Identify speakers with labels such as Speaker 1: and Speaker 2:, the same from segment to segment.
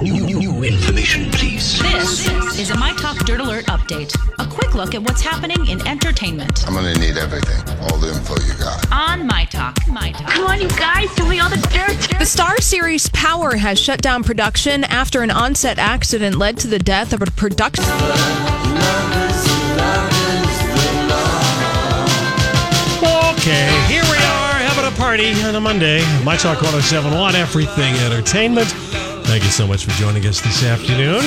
Speaker 1: New, new, new information, please.
Speaker 2: This is a My Talk Dirt Alert update. A quick look at what's happening in entertainment
Speaker 3: I'm gonna need everything, all the info you got.
Speaker 2: on My Talk. My Talk.
Speaker 4: Come on, you guys, give me all the dirt.
Speaker 5: The Star Series Power has shut down production after an onset accident led to the death of a production.
Speaker 6: Okay, here we are having a party on a Monday. My Talk 1071, Everything Entertainment. Thank you so much for joining us this afternoon.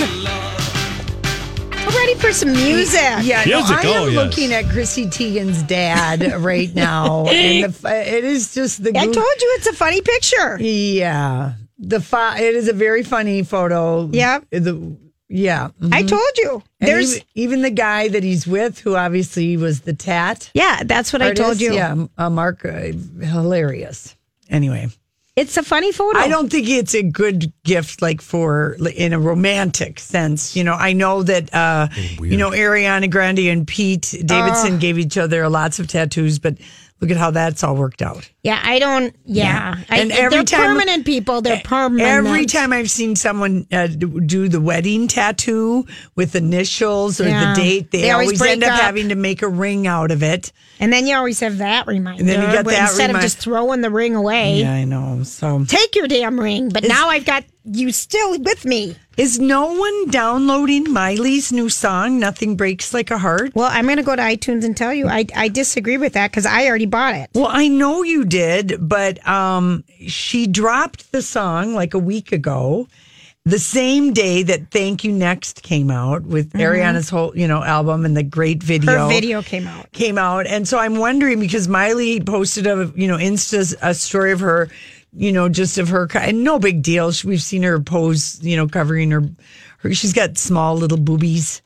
Speaker 7: I'm ready for some music. Yeah,
Speaker 6: Music,
Speaker 8: I am
Speaker 6: oh, yes.
Speaker 8: looking at Chrissy Teigen's dad right now, and the, f- it is just the.
Speaker 7: I
Speaker 8: goo-
Speaker 7: told you it's a funny picture.
Speaker 8: Yeah, the fo- It is a very funny photo.
Speaker 7: Yep.
Speaker 8: The yeah. mm-hmm.
Speaker 7: I told you.
Speaker 8: And
Speaker 7: There's
Speaker 8: even, even the guy that he's with, who obviously was the tat.
Speaker 7: yeah, that's what I told
Speaker 8: artist.
Speaker 7: you.
Speaker 8: Yeah, uh, Mark, uh, hilarious. Anyway,
Speaker 7: It's a funny photo.
Speaker 8: I don't think it's a good gift, like for like, in a romantic sense. You know, I know that uh, you know Ariana Grande and Pete Davidson gave each other lots of tattoos, but look at how that's all worked out.
Speaker 7: Yeah, I don't. Yeah, I,
Speaker 8: And every
Speaker 7: they're
Speaker 8: time-
Speaker 7: permanent people. They're permanent.
Speaker 8: Every time I've seen someone uh, do the wedding tattoo with initials or
Speaker 7: Yeah.
Speaker 8: the date, they,
Speaker 7: They always
Speaker 8: always, end
Speaker 7: break
Speaker 8: up,
Speaker 7: up.
Speaker 8: having to make a ring out of it.
Speaker 7: and then you always have that reminder.
Speaker 8: then you got
Speaker 7: but
Speaker 8: that
Speaker 7: instead
Speaker 8: remi-
Speaker 7: of just throwing the ring away.
Speaker 8: Yeah, I know. So
Speaker 7: Take your damn ring. But now I've got you still with me.
Speaker 8: is no one downloading Miley's new song? Nothing breaks like a heart.
Speaker 7: Well, I'm going to go to iTunes and tell you I, I disagree with that because I already bought it.
Speaker 8: Well, I know you did, but um, she dropped the song like a week ago, the same day that "Thank You Next" came out with Ariana's whole you know album and the great video.
Speaker 7: Mm-hmm. Her video came out.
Speaker 8: came out, and so I'm wondering because Miley posted a you know Insta a story of her, you know, just of her, and no big deal. She, we've seen her pose, you know, covering her, her. She's got small little boobies.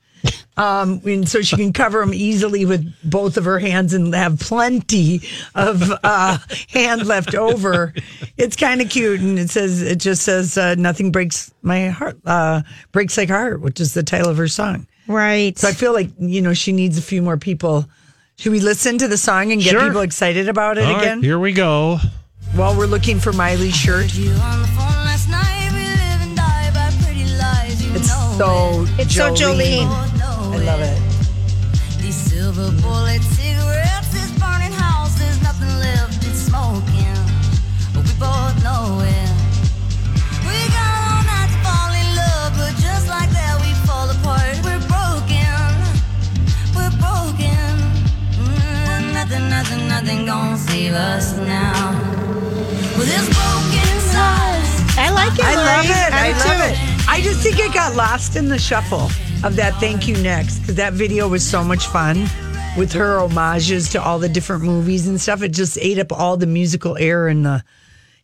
Speaker 8: Um, and so she can cover them easily with both of her hands and have plenty of uh, hand left over. It's kind of cute, and it says it just says uh, nothing breaks my heart, uh, breaks like heart, which is the title of her song.
Speaker 7: Right.
Speaker 8: So I feel like you know she needs a few more people. Should we listen to the song and get
Speaker 6: Sure.
Speaker 8: people excited about it
Speaker 6: All right,
Speaker 8: again
Speaker 6: here we go.
Speaker 8: while we're looking for Miley's shirt? It's so
Speaker 7: It's so Jolene.
Speaker 8: I love it.
Speaker 9: These silver bullet cigarettes, this burning house, there's nothing left, it's smoking. But we both know it. We got all night to fall in love, but just like that, we fall apart. We're broken. We're broken. Mm, nothing, nothing, nothing gonna save us now. Well, this broken size.
Speaker 7: I like it.
Speaker 8: I love
Speaker 7: Lori.
Speaker 8: it. I
Speaker 7: do
Speaker 8: love
Speaker 7: too.
Speaker 8: it. I just think it got lost in the shuffle of that thank you next because that video was so much fun with her homages to all the different movies and stuff. It just ate up all the musical air in the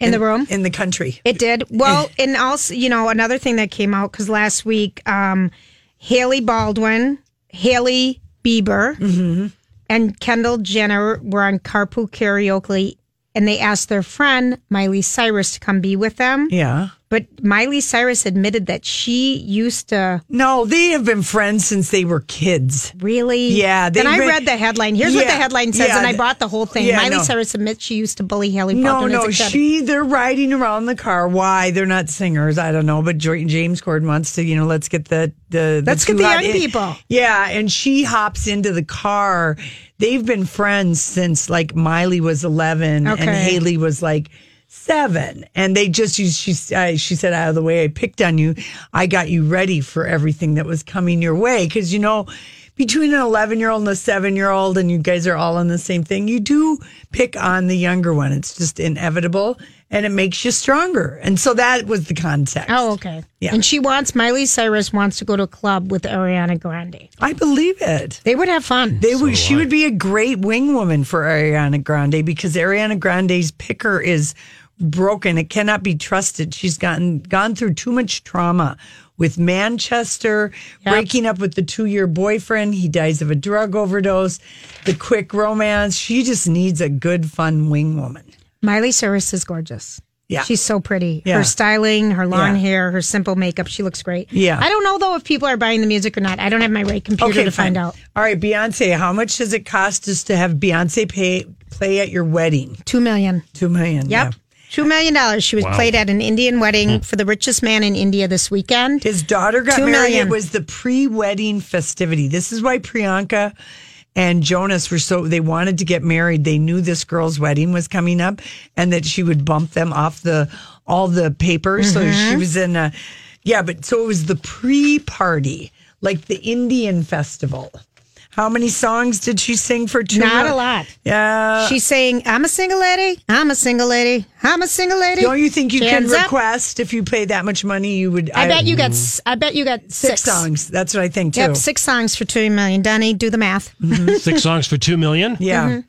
Speaker 7: In the room?
Speaker 8: in the country.
Speaker 7: It did. Well, and also, you know, another thing that came out because last week, um, Haley Baldwin, Haley Bieber,
Speaker 8: Mm-hmm.
Speaker 7: and Kendall Jenner were on Carpool Karaoke, and they asked their friend Miley Cyrus to come be with them.
Speaker 8: Yeah.
Speaker 7: But Miley Cyrus admitted that she used to
Speaker 8: No, they have been friends since they were kids.
Speaker 7: really.
Speaker 8: Yeah, they
Speaker 7: Then I
Speaker 8: read-
Speaker 7: read the headline. Here's what the
Speaker 8: Yeah,
Speaker 7: headline says,
Speaker 8: yeah,
Speaker 7: and I
Speaker 8: th-
Speaker 7: bought the whole thing.
Speaker 8: yeah,
Speaker 7: Miley
Speaker 8: no.
Speaker 7: Cyrus admits she used to bully Haley
Speaker 8: No,
Speaker 7: Baldwin.
Speaker 8: no,
Speaker 7: It's accepted.
Speaker 8: she. They're riding around the car. Why? They're not singers. I don't know. But Jo- James Corden wants to, you know, let's get the the,
Speaker 7: Let's get
Speaker 8: two
Speaker 7: the
Speaker 8: hot
Speaker 7: young
Speaker 8: in-
Speaker 7: people.
Speaker 8: Yeah, and she hops into the car. They've been friends since like Miley was eleven and
Speaker 7: Okay.
Speaker 8: Haley was like seven, and they just used. She uh, she said, "Out of the way, I picked on you. I got you ready for everything that was coming your way because you know." Between an 11 year old and a seven year old, and you guys are all on the same thing, you do pick on the younger one. It's just inevitable and it makes you stronger. And so that was the context.
Speaker 7: Oh, okay.
Speaker 8: Yeah.
Speaker 7: And she wants Miley Cyrus wants to go to a club with Ariana Grande.
Speaker 8: I believe it.
Speaker 7: They would have fun.
Speaker 8: They would. She would be a great wing woman for Ariana Grande because Ariana Grande's picker is broken. It cannot be trusted. She's gotten gone through too much trauma with Manchester, breaking up with the two-year boyfriend. He dies of a drug overdose. The quick romance. She just needs a good, fun wing woman.
Speaker 7: Miley Cyrus is gorgeous.
Speaker 8: Yeah.
Speaker 7: She's so pretty.
Speaker 8: Yeah.
Speaker 7: Her styling, her long
Speaker 8: Yeah.
Speaker 7: hair, her simple makeup, she looks great.
Speaker 8: Yeah.
Speaker 7: I don't know though if people are buying the music or not. I don't have my right computer to
Speaker 8: fine.
Speaker 7: find out.
Speaker 8: All right, Beyonce. How much does it cost us to have Beyonce pay, play at your wedding?
Speaker 7: Two million.
Speaker 8: Two
Speaker 7: Yep.
Speaker 8: million. Yeah.
Speaker 7: Two million dollars. She was
Speaker 6: Wow.
Speaker 7: played at an Indian wedding for the richest man in India this weekend.
Speaker 8: His daughter got
Speaker 7: Two
Speaker 8: married.
Speaker 7: million.
Speaker 8: It was the pre-wedding festivity. This is why Priyanka and Jonas were so they wanted to get married. They knew this girl's wedding was coming up and that she would bump them off the all the papers. So
Speaker 7: Mm-hmm.
Speaker 8: she was in a yeah, but so it was the pre-party, like the Indian festival. How many songs did she sing for two?
Speaker 7: Not a
Speaker 8: mil-
Speaker 7: lot.
Speaker 8: Yeah.
Speaker 7: She's saying, "I'm a single lady. I'm a single lady. I'm a single lady."
Speaker 8: Don't you think you
Speaker 7: Hands
Speaker 8: can
Speaker 7: up.
Speaker 8: request if you pay that much money? You would.
Speaker 10: I bet you got. s- I bet you got six.
Speaker 8: six, songs. That's what I think too.
Speaker 7: Yep, six songs for two million. Donnie, do the math.
Speaker 6: Six songs for two million.
Speaker 8: Yeah.
Speaker 7: Mm-hmm.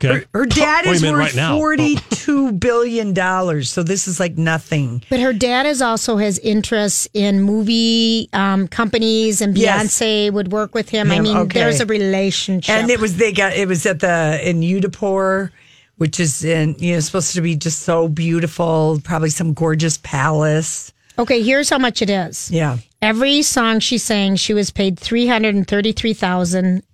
Speaker 6: Okay.
Speaker 8: Her dad
Speaker 6: Wait a
Speaker 8: is
Speaker 6: minute,
Speaker 8: worth
Speaker 6: right now. Oh,
Speaker 8: forty-two billion dollars, so this is like nothing.
Speaker 10: But her dad is also has interests in movie um, companies, and
Speaker 8: Yes.
Speaker 10: Beyonce would work with him. I
Speaker 8: Him,
Speaker 10: mean,
Speaker 8: okay.
Speaker 10: there's
Speaker 7: There's a relationship.
Speaker 8: And it was they got it was at the in Udipur, which is in you know supposed to be just so beautiful, probably some gorgeous palace.
Speaker 10: okay. Here's how much it is.
Speaker 8: Yeah,
Speaker 10: Every song she sang, she was paid three hundred and thirty-three thousand,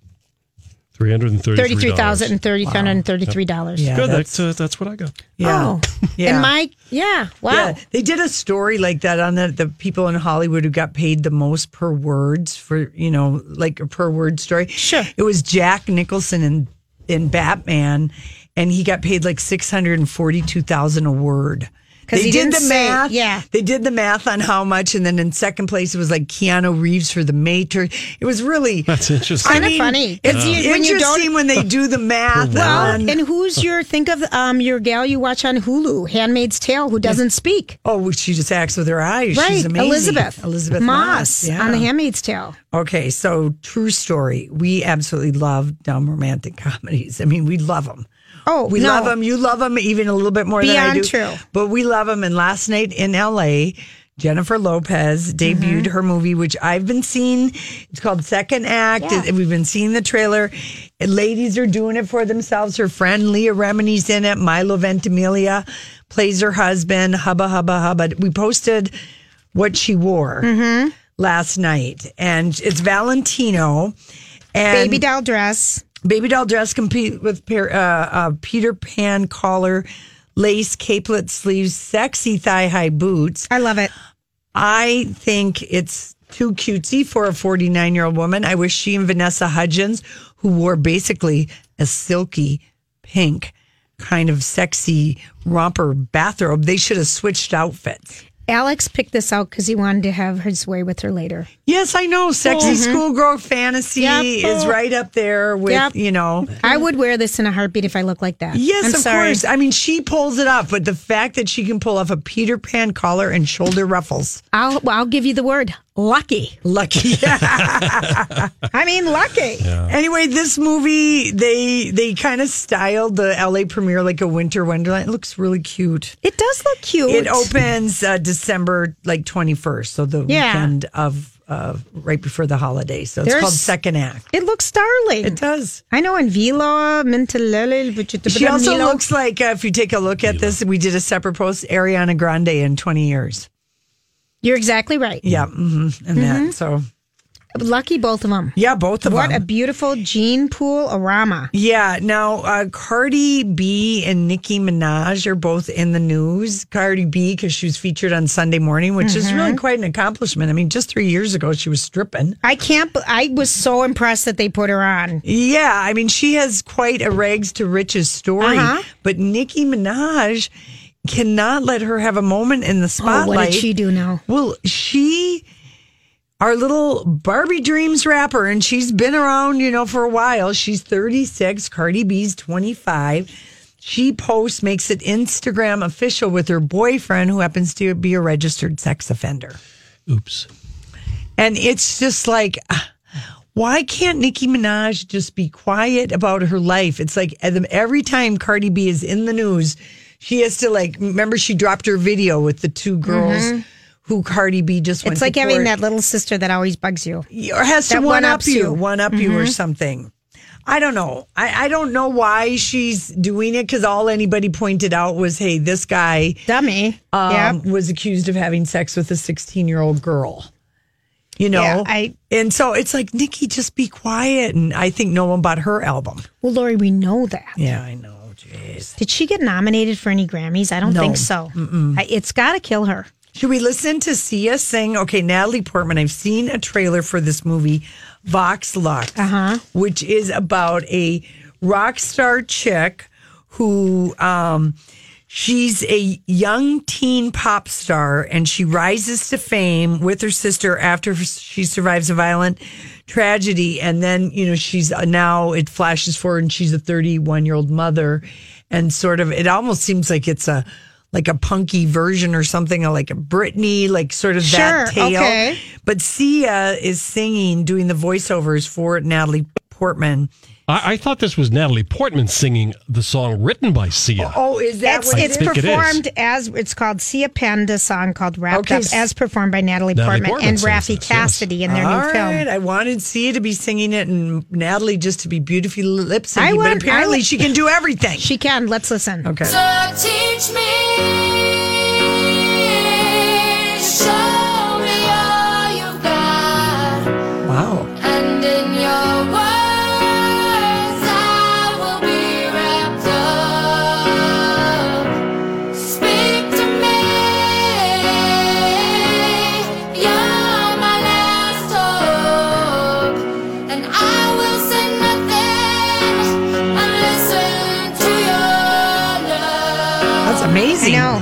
Speaker 6: Three hundred and thirty-three.
Speaker 10: thirty-three thousand and thirty hundred and thirty-three dollars. Oh.
Speaker 8: yeah,
Speaker 6: Good.
Speaker 8: that's-
Speaker 6: That's uh, that's what I got.
Speaker 8: yeah, yeah.
Speaker 10: And my yeah, wow.
Speaker 8: Yeah, they did a story like that on the, the people in Hollywood who got paid the most per words for, you know, like a per word story. Sure. It was Jack Nicholson in, in Batman, and he got paid like 642000 a word.
Speaker 7: 'Cause
Speaker 8: They
Speaker 7: he
Speaker 8: did
Speaker 7: didn't
Speaker 8: the
Speaker 7: say-
Speaker 8: math.
Speaker 7: yeah.
Speaker 8: They did the math on how much. And then in second place, it was like Keanu Reeves for The Matrix. It was really.
Speaker 6: That's interesting.
Speaker 8: I
Speaker 7: Kinda
Speaker 8: mean,
Speaker 7: funny, 'cause
Speaker 8: It's
Speaker 7: you- when you
Speaker 8: interesting
Speaker 7: don't-
Speaker 8: when, they do the math.
Speaker 10: Um,
Speaker 8: on,
Speaker 7: and who's your think of um your gal you watch on Hulu, Handmaid's Tale, who doesn't speak?
Speaker 8: oh, well, she just acts with her eyes.
Speaker 7: Right,
Speaker 8: She's amazing.
Speaker 7: Elizabeth,
Speaker 8: Elizabeth
Speaker 7: Moss,
Speaker 8: Moss. yeah.
Speaker 7: on The Handmaid's Tale.
Speaker 8: Okay, so true story. We absolutely love dumb romantic comedies. I mean, we love them.
Speaker 7: Oh,
Speaker 8: we
Speaker 7: no.
Speaker 8: love them. You love them even a little bit more than I
Speaker 7: Beyond
Speaker 8: do.
Speaker 7: true.
Speaker 8: But we love them. And last night in L.A., Jennifer Lopez debuted
Speaker 7: Mm-hmm.
Speaker 8: her movie, which I've been seeing. It's called Second Act. We've been seeing the trailer. Ladies are doing it for themselves. Her friend Leah Remini's in it. Milo Ventimiglia plays her husband. Hubba hubba hubba. We posted what she wore
Speaker 7: Mm-hmm.
Speaker 8: last night, and it's Valentino. And
Speaker 7: Baby doll dress.
Speaker 8: Baby doll dress compete with pair, uh, uh, Peter Pan collar, lace capelet sleeves, sexy thigh high boots.
Speaker 7: I love it.
Speaker 8: I think it's too cutesy for a 49 year old woman. I wish she and Vanessa Hudgens, who wore basically a silky pink kind of sexy romper bathrobe, they should have switched outfits.
Speaker 7: Alex picked this out because he wanted to have his way with her later.
Speaker 8: Yes, I know. Sexy schoolgirl fantasy
Speaker 7: Mm-hmm. Yep.
Speaker 8: is right up there with,
Speaker 7: Yep.
Speaker 8: you know.
Speaker 7: I would wear this in a heartbeat if I look like that.
Speaker 8: Yes,
Speaker 7: I'm
Speaker 8: of
Speaker 7: sorry.
Speaker 8: course. I mean, she pulls it off, but the fact that she can pull off a Peter Pan collar and shoulder ruffles.
Speaker 7: I'll well, I'll give you the word lucky.
Speaker 8: Lucky.
Speaker 7: I mean lucky.
Speaker 8: anyway, this movie, they they kind of styled the LA premiere like a winter wonderland. It looks really cute.
Speaker 7: It does look cute.
Speaker 8: It opens uh, December like 21st, so the
Speaker 7: Yeah.
Speaker 8: weekend of uh, right before the holiday. So it's
Speaker 7: There's-
Speaker 8: called Second Act.
Speaker 7: It looks darling.
Speaker 8: It does.
Speaker 7: I know in Vila Mintalele, but it-
Speaker 8: She also
Speaker 7: Milo-
Speaker 8: looks like, uh, if you take a look at this, we did a separate post, Ariana Grande in 20 years.
Speaker 7: You're exactly right.
Speaker 8: Yeah. hmm and that. So,
Speaker 7: Lucky both of them.
Speaker 8: yeah, both of
Speaker 7: Mm-hmm. What a
Speaker 8: them.
Speaker 7: beautiful gene pool arama.
Speaker 8: yeah. Now, uh, Cardi B and Nicki Minaj are both in the news. Cardi B, because she was featured on Sunday morning, which is
Speaker 7: Mm-hmm.
Speaker 8: really quite an accomplishment. I mean, just three years ago, she was stripping.
Speaker 7: I can't. b- I was so impressed that they put her on.
Speaker 8: Yeah, I mean, she has quite a rags to riches story,
Speaker 7: Uh-huh.
Speaker 8: but Nicki Minaj cannot let her have a moment in the
Speaker 7: Oh,
Speaker 8: spotlight.
Speaker 7: what did she do now?
Speaker 8: Well, she, our little Barbie Dreams rapper, and she's been around, you know, for a while. She's 36, Cardi B's 25. She posts, makes it Instagram official with her boyfriend, who happens to be a registered sex offender.
Speaker 6: Oops.
Speaker 8: And it's just like, why can't Nicki Minaj just be quiet about her life? It's like every time Cardi B is in the news, she has to like, remember she dropped her video with the two girls who Cardi B just
Speaker 7: Mm-hmm.
Speaker 8: went
Speaker 7: It's
Speaker 8: to
Speaker 7: like having
Speaker 8: court
Speaker 7: that little sister that always bugs you.
Speaker 8: or has to
Speaker 7: That
Speaker 8: one up
Speaker 7: one-ups
Speaker 8: you,
Speaker 7: you. Mm-hmm.
Speaker 8: one up you, or something. I don't know. I, I don't know why she's doing it because all anybody pointed out was, hey, this guy
Speaker 7: Dummy.
Speaker 8: um,
Speaker 7: yep.
Speaker 8: was accused of having sex with a 16 year old girl. You know,
Speaker 7: Yeah, I-
Speaker 8: and so it's like Nikki, just be quiet. And I think no one bought her album.
Speaker 7: Well, Lori, we know that.
Speaker 8: Yeah, I know. Gee.
Speaker 7: Did she get nominated for any Grammys? I don't
Speaker 8: No.
Speaker 7: think so. I, it's got to kill her.
Speaker 8: Should we listen to Sia sing? Okay, Natalie Portman. I've seen a trailer for this movie, Vox Lux,
Speaker 7: Uh-huh.
Speaker 8: which is about a rock star chick who um, she's a young teen pop star and she rises to fame with her sister after she survives a violent tragedy. And then, you know, she's uh, now it flashes forward and she's a 31 year old mother. And sort of, it almost seems like it's a, like a punky version or something like a Britney, like sort of that
Speaker 7: Sure,
Speaker 8: tale.
Speaker 7: okay.
Speaker 8: But Sia is singing, doing the voiceovers for Natalie Portman.
Speaker 6: I, I thought this was Natalie Portman singing the song written by Sia.
Speaker 8: Oh, is that
Speaker 7: It's,
Speaker 8: what
Speaker 7: it's
Speaker 8: it is?
Speaker 6: think it is.
Speaker 7: performed as it's called Sia Panda song called Wrapped
Speaker 8: Okay.
Speaker 7: Up as performed by Natalie,
Speaker 6: Natalie
Speaker 7: Portman,
Speaker 6: Portman
Speaker 7: and
Speaker 6: sings
Speaker 7: Rafi
Speaker 6: this, yes.
Speaker 7: Cassidy in their
Speaker 8: All
Speaker 7: new film.
Speaker 8: right, I wanted Sia to be singing it and Natalie just to be beautifully lip
Speaker 7: I
Speaker 8: syncing,
Speaker 7: want- I
Speaker 8: but apparently
Speaker 7: want-
Speaker 8: she can do everything.
Speaker 7: She can. Let's listen.
Speaker 8: okay.
Speaker 9: So teach me, show me all you've got,
Speaker 8: Wow.
Speaker 9: and in your words I will be wrapped up. Speak to me, you're my last hope, and I will say nothing and listen to your love.
Speaker 8: That's
Speaker 7: I
Speaker 8: amazing.
Speaker 7: know.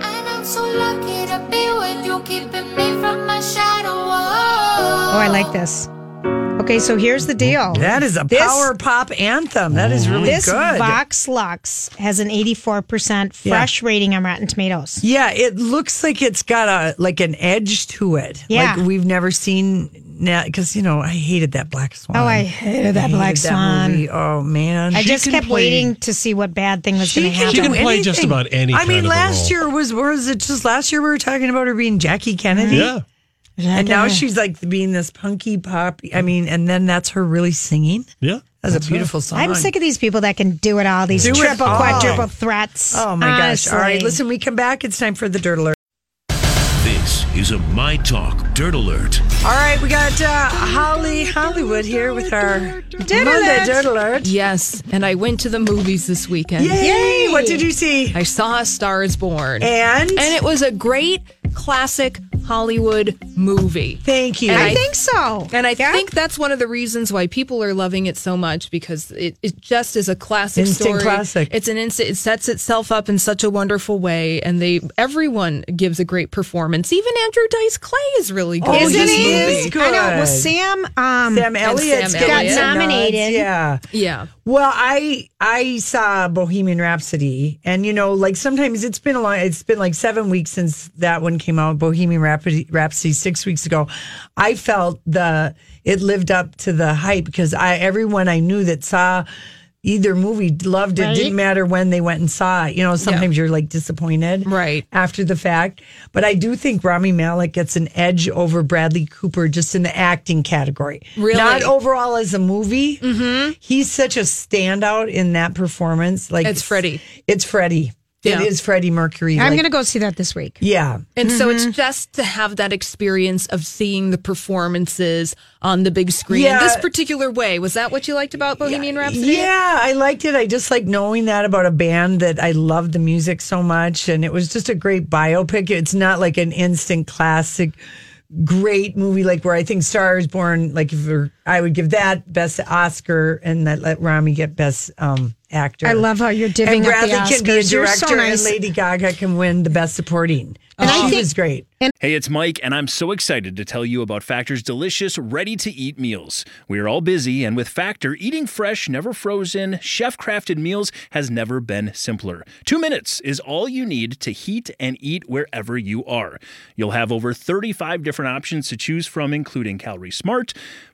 Speaker 9: And I'm so lucky to be with you, keeping me from my shadow. Oh,
Speaker 7: Oh, I like this. Okay, so here's the deal.
Speaker 8: That is a
Speaker 7: This-
Speaker 8: power pop anthem. That is really
Speaker 7: This
Speaker 8: good.
Speaker 7: Vox Lux has an 84% fresh rating on Rotten Tomatoes.
Speaker 8: Yeah, it looks like it's got a like an edge to it.
Speaker 7: Yeah.
Speaker 8: like we've never seen now because you know I hated that Black Swan.
Speaker 7: Oh, I hated that
Speaker 8: hated
Speaker 7: Black
Speaker 8: that
Speaker 7: Swan.
Speaker 8: movie. Oh man,
Speaker 7: I
Speaker 8: She
Speaker 7: just
Speaker 8: can
Speaker 7: kept
Speaker 8: play-
Speaker 7: waiting to see what bad thing was
Speaker 8: She
Speaker 7: going to
Speaker 8: can,
Speaker 7: happen.
Speaker 6: She
Speaker 8: do
Speaker 6: can play just
Speaker 8: anything.
Speaker 6: about any
Speaker 8: I
Speaker 6: kind
Speaker 8: mean,
Speaker 6: of a
Speaker 8: last
Speaker 6: role.
Speaker 8: year was was it just last year we were talking about her being Jackie Kennedy?
Speaker 6: Yeah.
Speaker 8: and now she's like being this punky pop. I mean, and then that's her really singing.
Speaker 6: Yeah.
Speaker 8: That's,
Speaker 6: her.
Speaker 8: a beautiful song.
Speaker 7: I'm sick of these people that can do it all, these
Speaker 8: Do it
Speaker 7: triple,
Speaker 8: all.
Speaker 7: quadruple threats.
Speaker 8: Oh my gosh! All right,
Speaker 7: Honestly.
Speaker 8: listen, we come back. It's time for the dirt alert.
Speaker 1: This is a My Talk Dirt Alert.
Speaker 8: All right, we got uh, Holly Hollywood here with our Monday
Speaker 7: alert.
Speaker 8: dirt alert.
Speaker 5: Yes, and I went to the movies this weekend.
Speaker 8: Yay! What did you see?
Speaker 5: I saw A Star is Born.
Speaker 8: And,
Speaker 5: And it was a great classic Hollywood movie.
Speaker 8: thank you.
Speaker 5: And
Speaker 7: I think so.
Speaker 5: And I
Speaker 7: Yeah?
Speaker 5: think that's one of the reasons why people are loving it so much because it, it just is a classic
Speaker 8: Instant
Speaker 5: story.
Speaker 8: classic.
Speaker 5: It's an instant. It sets itself up in such a wonderful way, and they everyone gives a great performance. Even Andrew Dice Clay is really good.
Speaker 8: Oh,
Speaker 7: Isn't
Speaker 8: this
Speaker 7: he?
Speaker 8: movie's
Speaker 7: I know. Well,
Speaker 8: good.
Speaker 7: Sam, um,
Speaker 8: Sam Elliott's
Speaker 5: Sam
Speaker 8: getting
Speaker 5: Elliott.
Speaker 8: some nods,
Speaker 7: Nominated.
Speaker 8: Yeah.
Speaker 5: Yeah,
Speaker 8: Well, I I saw Bohemian Rhapsody, and you know, like sometimes it's been a long. It's been like seven weeks since that one came out. Bohemian Rhapsody, Rhapsody six weeks ago. I felt the it lived up to the hype because I everyone I knew that saw either movie loved it. Didn't matter when they went and saw it. You know, sometimes you're like disappointed,
Speaker 5: Right.
Speaker 8: after the fact. But I do think Rami Malek gets an edge over Bradley Cooper just in the acting category.
Speaker 5: Really?
Speaker 8: Not overall as a movie. Mm-hmm. He's such a standout in that performance. Like
Speaker 5: It's Freddie.
Speaker 8: It's Freddie.
Speaker 5: Yeah.
Speaker 8: It is Freddie Mercury.
Speaker 7: I'm
Speaker 8: like-
Speaker 7: going to go see that this week.
Speaker 8: Yeah.
Speaker 5: and so
Speaker 8: Mm-hmm.
Speaker 5: it's just to have that experience of seeing the performances on the big screen
Speaker 8: Yeah.
Speaker 5: in this particular way. Was that what you liked about Bohemian Rhapsody?
Speaker 8: Yeah, I liked it. I just like knowing that about a band that I love the music so much. And it was just a great biopic. It's not like an instant classic, great movie like where I think Star is Born, like if we're- I would give that best Oscar and that let Rami get best um, actor.
Speaker 7: I love how you're divvying
Speaker 8: And
Speaker 7: up the
Speaker 8: Bradley can be a
Speaker 7: Oscars. You're so
Speaker 8: director
Speaker 7: nice.
Speaker 8: and Lady Gaga can win the best supporting. And she was great.
Speaker 11: Hey, it's Mike, and I'm so excited to tell you about Factor's delicious, ready to eat meals. We are all busy, and with Factor, eating fresh, never frozen, chef crafted meals has never been simpler. Two minutes is all you need to heat and eat wherever you are. You'll have over 35 different options to choose from, including Calorie Smart,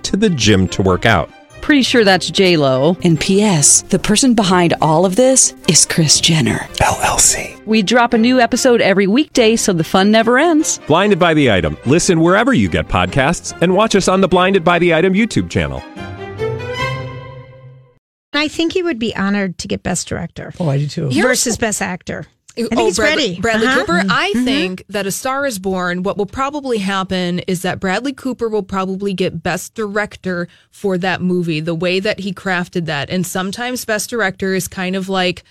Speaker 12: to the gym to work out.
Speaker 13: Pretty sure that's J Lo. And P.S. The person behind all of this is Chris Jenner
Speaker 12: LLC.
Speaker 13: We drop a new episode every weekday, so the fun never ends.
Speaker 12: Blinded by the item. Listen wherever you get podcasts, and watch us on the Blinded by the Item YouTube channel.
Speaker 7: And I think he would be honored to get Best Director
Speaker 8: Oh, I do too.
Speaker 7: versus Best Actor. I think
Speaker 5: oh,
Speaker 7: he's
Speaker 5: Bradley,
Speaker 7: ready.
Speaker 5: Bradley
Speaker 7: Uh-huh.
Speaker 5: Cooper. I think that A Star Is Born. What will probably happen is that Bradley Cooper will probably get Best Director for that movie. The way that he crafted that, and sometimes Best Director is kind of like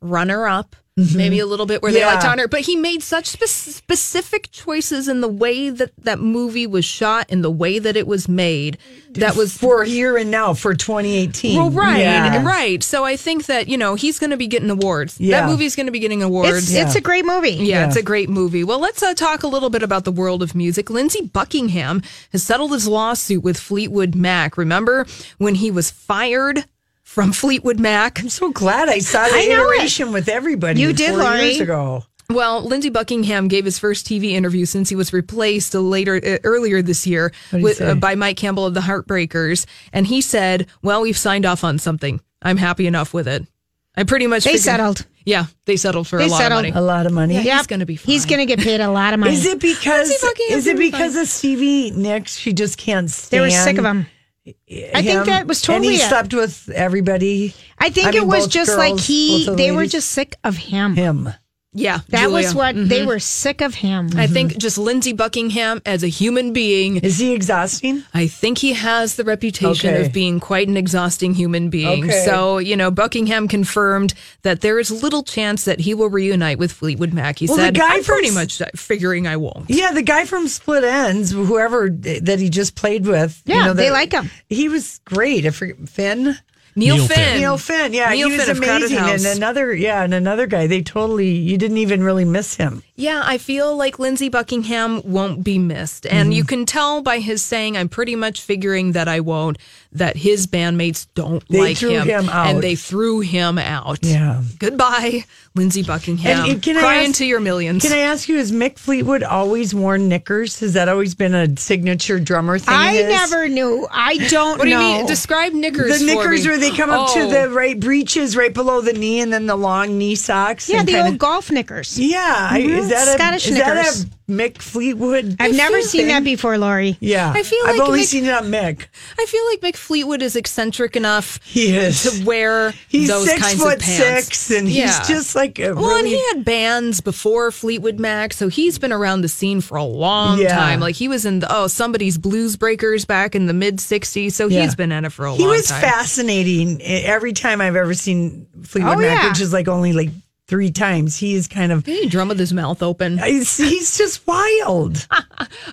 Speaker 5: runner up.
Speaker 7: Mm-hmm.
Speaker 5: Maybe a little bit where they like to
Speaker 8: Yeah.
Speaker 5: honor, but he made such spe- specific choices in the way that that movie was shot and the way that it was made. That was
Speaker 8: for here and now for 2018.
Speaker 5: well, right,
Speaker 8: Yeah.
Speaker 5: right. So I think that you know he's going to be getting awards.
Speaker 8: Yeah.
Speaker 5: That movie's going to be getting awards.
Speaker 7: It's, it's a great movie.
Speaker 5: Yeah, it's a great movie. Well, let's uh, talk a little bit about the world of music. Lindsey Buckingham has settled his lawsuit with Fleetwood Mac. Remember when he was fired from Fleetwood Mac?
Speaker 8: I'm so glad I saw the
Speaker 7: I know it.
Speaker 8: iteration with everybody.
Speaker 7: You did,
Speaker 8: four
Speaker 7: Lori.
Speaker 8: Years ago.
Speaker 5: Well, Lindsey Buckingham gave his first TV interview since he was replaced later uh, earlier this year
Speaker 8: he
Speaker 5: with,
Speaker 8: say?
Speaker 5: uh, by Mike Campbell of the Heartbreakers, and he said, "Well, we've signed off on something. I'm happy enough with it. I pretty much
Speaker 7: They
Speaker 5: figured-
Speaker 7: settled.
Speaker 5: Yeah, they settled for
Speaker 7: They
Speaker 5: a lot
Speaker 7: settled.
Speaker 5: of
Speaker 8: A
Speaker 5: money.
Speaker 8: lot of money.
Speaker 5: Yeah, he's going to be. Fine.
Speaker 7: He's going to get paid a lot of money.
Speaker 8: Is it because
Speaker 5: Lindsay Buckingham
Speaker 8: is it
Speaker 5: would be
Speaker 8: because
Speaker 5: fine.
Speaker 8: of Stevie Nicks? She just can't
Speaker 7: They
Speaker 8: stand.
Speaker 7: were sick of him. I think
Speaker 8: him.
Speaker 7: that was
Speaker 8: And
Speaker 7: totally
Speaker 8: he
Speaker 7: it.
Speaker 8: slept with everybody.
Speaker 7: I think
Speaker 8: I mean,
Speaker 7: it was
Speaker 8: both
Speaker 7: just
Speaker 8: girls,
Speaker 7: like
Speaker 8: both
Speaker 7: he.
Speaker 8: of the
Speaker 7: They were
Speaker 8: ladies.
Speaker 7: just sick of him.
Speaker 8: Him.
Speaker 5: Yeah,
Speaker 7: That was Mm-hmm.
Speaker 5: Julia.
Speaker 7: what
Speaker 8: Mm-hmm.
Speaker 7: they were sick of him.
Speaker 5: I think just Lindsey Buckingham as a human being.
Speaker 8: Is he exhausting?
Speaker 5: I think he has the reputation
Speaker 8: Okay.
Speaker 5: of being quite an exhausting human being.
Speaker 8: Okay.
Speaker 5: So, you know, Buckingham confirmed that there is little chance that he will reunite with Fleetwood Mac. He
Speaker 8: Well, the
Speaker 5: said,
Speaker 8: guy
Speaker 5: I'm pretty
Speaker 8: from-
Speaker 5: much figuring I won't.
Speaker 8: Yeah, the guy from Split Ends, whoever that he just played with.
Speaker 7: Yeah,
Speaker 8: that-
Speaker 7: they like him.
Speaker 8: He was great. I forget, Finn.
Speaker 5: Neil,
Speaker 6: Neil
Speaker 5: Finn.
Speaker 6: Finn.
Speaker 8: Neil Finn, yeah,
Speaker 5: Neil
Speaker 8: he was
Speaker 5: Finn of Crowded
Speaker 8: amazing. And
Speaker 5: House.
Speaker 8: another, yeah, and another guy. They totally, you didn't even really miss him.
Speaker 5: Yeah, I feel like Lindsey Buckingham won't be missed.
Speaker 8: Mm-hmm.
Speaker 5: And you can tell by his saying, I'm pretty much figuring that I won't, that his bandmates don't
Speaker 8: They
Speaker 5: like
Speaker 8: threw him out.
Speaker 5: And they threw him out.
Speaker 8: Yeah.
Speaker 5: Goodbye, Lindsey Buckingham.
Speaker 8: And can I
Speaker 5: Cry
Speaker 8: ask-
Speaker 5: into your millions.
Speaker 8: Can I ask you, has Mick Fleetwood always worn knickers? Has that always been a signature drummer thing?
Speaker 7: I
Speaker 8: of his?
Speaker 7: never knew. I don't
Speaker 5: what do you
Speaker 7: know.
Speaker 5: mean? Describe knickers. for
Speaker 8: The knickers
Speaker 5: me.
Speaker 8: where they come up
Speaker 5: Oh.
Speaker 8: to the right breeches, right below the knee, and then the long knee socks.
Speaker 7: yeah,
Speaker 8: and
Speaker 7: the
Speaker 8: kinda-
Speaker 7: old golf knickers.
Speaker 8: Yeah, I-
Speaker 5: Mm-hmm.
Speaker 7: Mhm.
Speaker 8: is that a,
Speaker 7: Scottish
Speaker 8: is that
Speaker 7: knickers.
Speaker 8: a Mick Fleetwood?
Speaker 7: I've never
Speaker 8: thing?
Speaker 7: seen that before, Lori.
Speaker 8: Yeah,
Speaker 5: I feel
Speaker 8: I've
Speaker 5: like
Speaker 8: only
Speaker 5: Mick-
Speaker 8: seen it on Mick.
Speaker 5: I feel like Mick Fleetwood is eccentric enough
Speaker 8: He is.
Speaker 5: to wear
Speaker 8: He's
Speaker 5: those
Speaker 8: six
Speaker 5: kinds
Speaker 8: foot
Speaker 5: of pants.
Speaker 8: six, and
Speaker 5: Yeah.
Speaker 8: he's just like a
Speaker 5: Well, and
Speaker 8: really-
Speaker 5: he had bands before Fleetwood Mac, so he's been around the scene for a long
Speaker 8: Yeah.
Speaker 5: time. Like he was in the oh somebody's Blues Breakers back in the mid '60s, so
Speaker 8: Yeah.
Speaker 5: he's been in it for a
Speaker 8: He
Speaker 5: long
Speaker 8: was
Speaker 5: time.
Speaker 8: fascinating. E- Every time I've ever seen Fleetwood
Speaker 7: Oh,
Speaker 8: Mac,
Speaker 7: yeah.
Speaker 8: which is like only like three times, he is kind of.
Speaker 5: He drum with his mouth open.
Speaker 8: He's, he's just wild.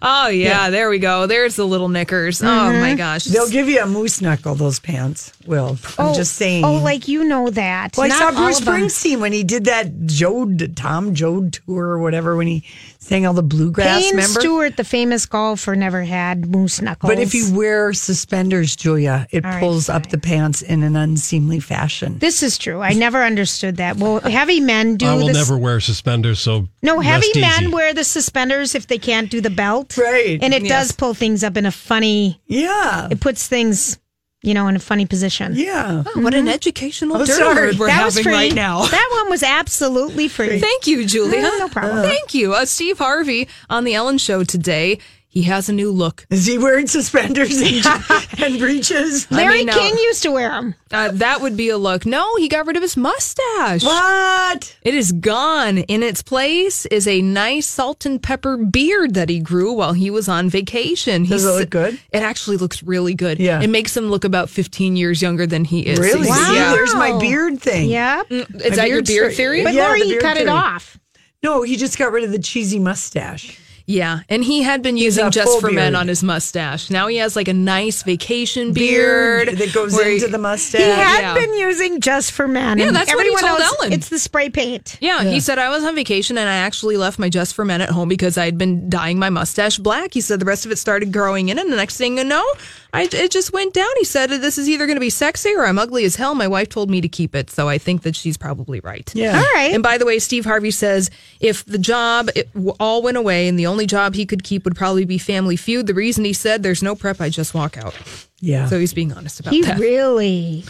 Speaker 5: Oh yeah, there we go. There's the little knickers. Oh my gosh,
Speaker 8: Mm-hmm. They'll give you a moose knuckle. Those pants will. I'm just saying.
Speaker 7: Oh, like you know that.
Speaker 8: Well, I
Speaker 7: Not
Speaker 8: saw
Speaker 7: all
Speaker 8: Bruce
Speaker 7: of 'em.
Speaker 8: Springsteen when he did that Jode Tom Jode tour or whatever when he sang all the bluegrass.
Speaker 7: Payne
Speaker 8: remember?
Speaker 7: Stewart, the famous golfer, never had moose knuckles.
Speaker 8: But if you wear suspenders, Julia, it
Speaker 7: right,
Speaker 8: pulls up the pants in an unseemly fashion.
Speaker 7: this is true. I never understood that. Well, heavy men do
Speaker 6: I will
Speaker 7: this.
Speaker 6: never wear suspenders, so
Speaker 7: No, heavy
Speaker 6: rest
Speaker 7: men
Speaker 6: easy.
Speaker 7: wear the suspenders if they can't do the belt.
Speaker 8: Right.
Speaker 7: And it does pull things up in a funny,
Speaker 8: yeah.
Speaker 7: it puts things, you know, in a funny position.
Speaker 8: Yeah.
Speaker 5: Oh, what an educational
Speaker 8: Oh,
Speaker 5: dirt
Speaker 8: sorry.
Speaker 5: alert we're
Speaker 7: that was
Speaker 5: having
Speaker 7: free.
Speaker 5: right now.
Speaker 7: That one was absolutely free.
Speaker 5: Thank you, Julia.
Speaker 7: No, no problem.
Speaker 5: Thank you. Uh, Steve Harvey on The Ellen Show today. He has a new look.
Speaker 8: Is he wearing suspenders and, and breeches?
Speaker 7: Larry
Speaker 5: mean, uh,
Speaker 7: King used to wear them.
Speaker 5: Uh, that would be a look. No, he got rid of his mustache.
Speaker 8: What?
Speaker 5: It is gone. In its place is a nice salt and pepper beard that he grew while he was on vacation.
Speaker 8: Does
Speaker 5: He's-
Speaker 8: it look good?
Speaker 5: It actually looks really good.
Speaker 8: Yeah.
Speaker 5: It makes him look about 15 years younger than he is.
Speaker 8: Really?
Speaker 5: He's-
Speaker 8: See,
Speaker 5: Yeah.
Speaker 8: there's my beard thing.
Speaker 7: Yep.
Speaker 5: Is that your
Speaker 8: beard's
Speaker 5: beard
Speaker 8: straight.
Speaker 5: theory?
Speaker 7: But
Speaker 8: Yeah,
Speaker 7: Lori,
Speaker 8: the
Speaker 7: you
Speaker 8: beard
Speaker 7: cut it
Speaker 8: theory.
Speaker 7: off.
Speaker 8: No, he just got rid of the cheesy mustache.
Speaker 5: Yeah, and he had been using
Speaker 8: got
Speaker 5: just
Speaker 8: full
Speaker 5: for men
Speaker 8: beard.
Speaker 5: on his mustache. Now he has like a nice vacation
Speaker 8: Beard
Speaker 5: beard,
Speaker 8: that goes
Speaker 5: where
Speaker 8: into
Speaker 5: he-
Speaker 8: the mustache.
Speaker 7: He had
Speaker 5: Yeah.
Speaker 7: been using just for men.
Speaker 5: Yeah,
Speaker 7: and
Speaker 5: that's what he
Speaker 7: everyone
Speaker 5: told
Speaker 7: else,
Speaker 5: Ellen.
Speaker 7: It's the spray paint.
Speaker 5: Yeah,
Speaker 7: Yeah.
Speaker 5: he said I was on vacation and I actually left my Just for Men at home because I had been dyeing my mustache black. He said the rest of it started growing in, and the next thing you know, I, it just went down. He said this is either going to be sexy or I'm ugly as hell. My wife told me to keep it, so I think that she's probably right.
Speaker 8: Yeah.
Speaker 7: All right.
Speaker 5: And by the way, Steve Harvey says if the job it w- all went away and the only job he could keep would probably be Family Feud, the reason he said there's no prep, I just walk out.
Speaker 8: Yeah.
Speaker 5: So he's being honest about
Speaker 7: He
Speaker 5: that.
Speaker 7: really,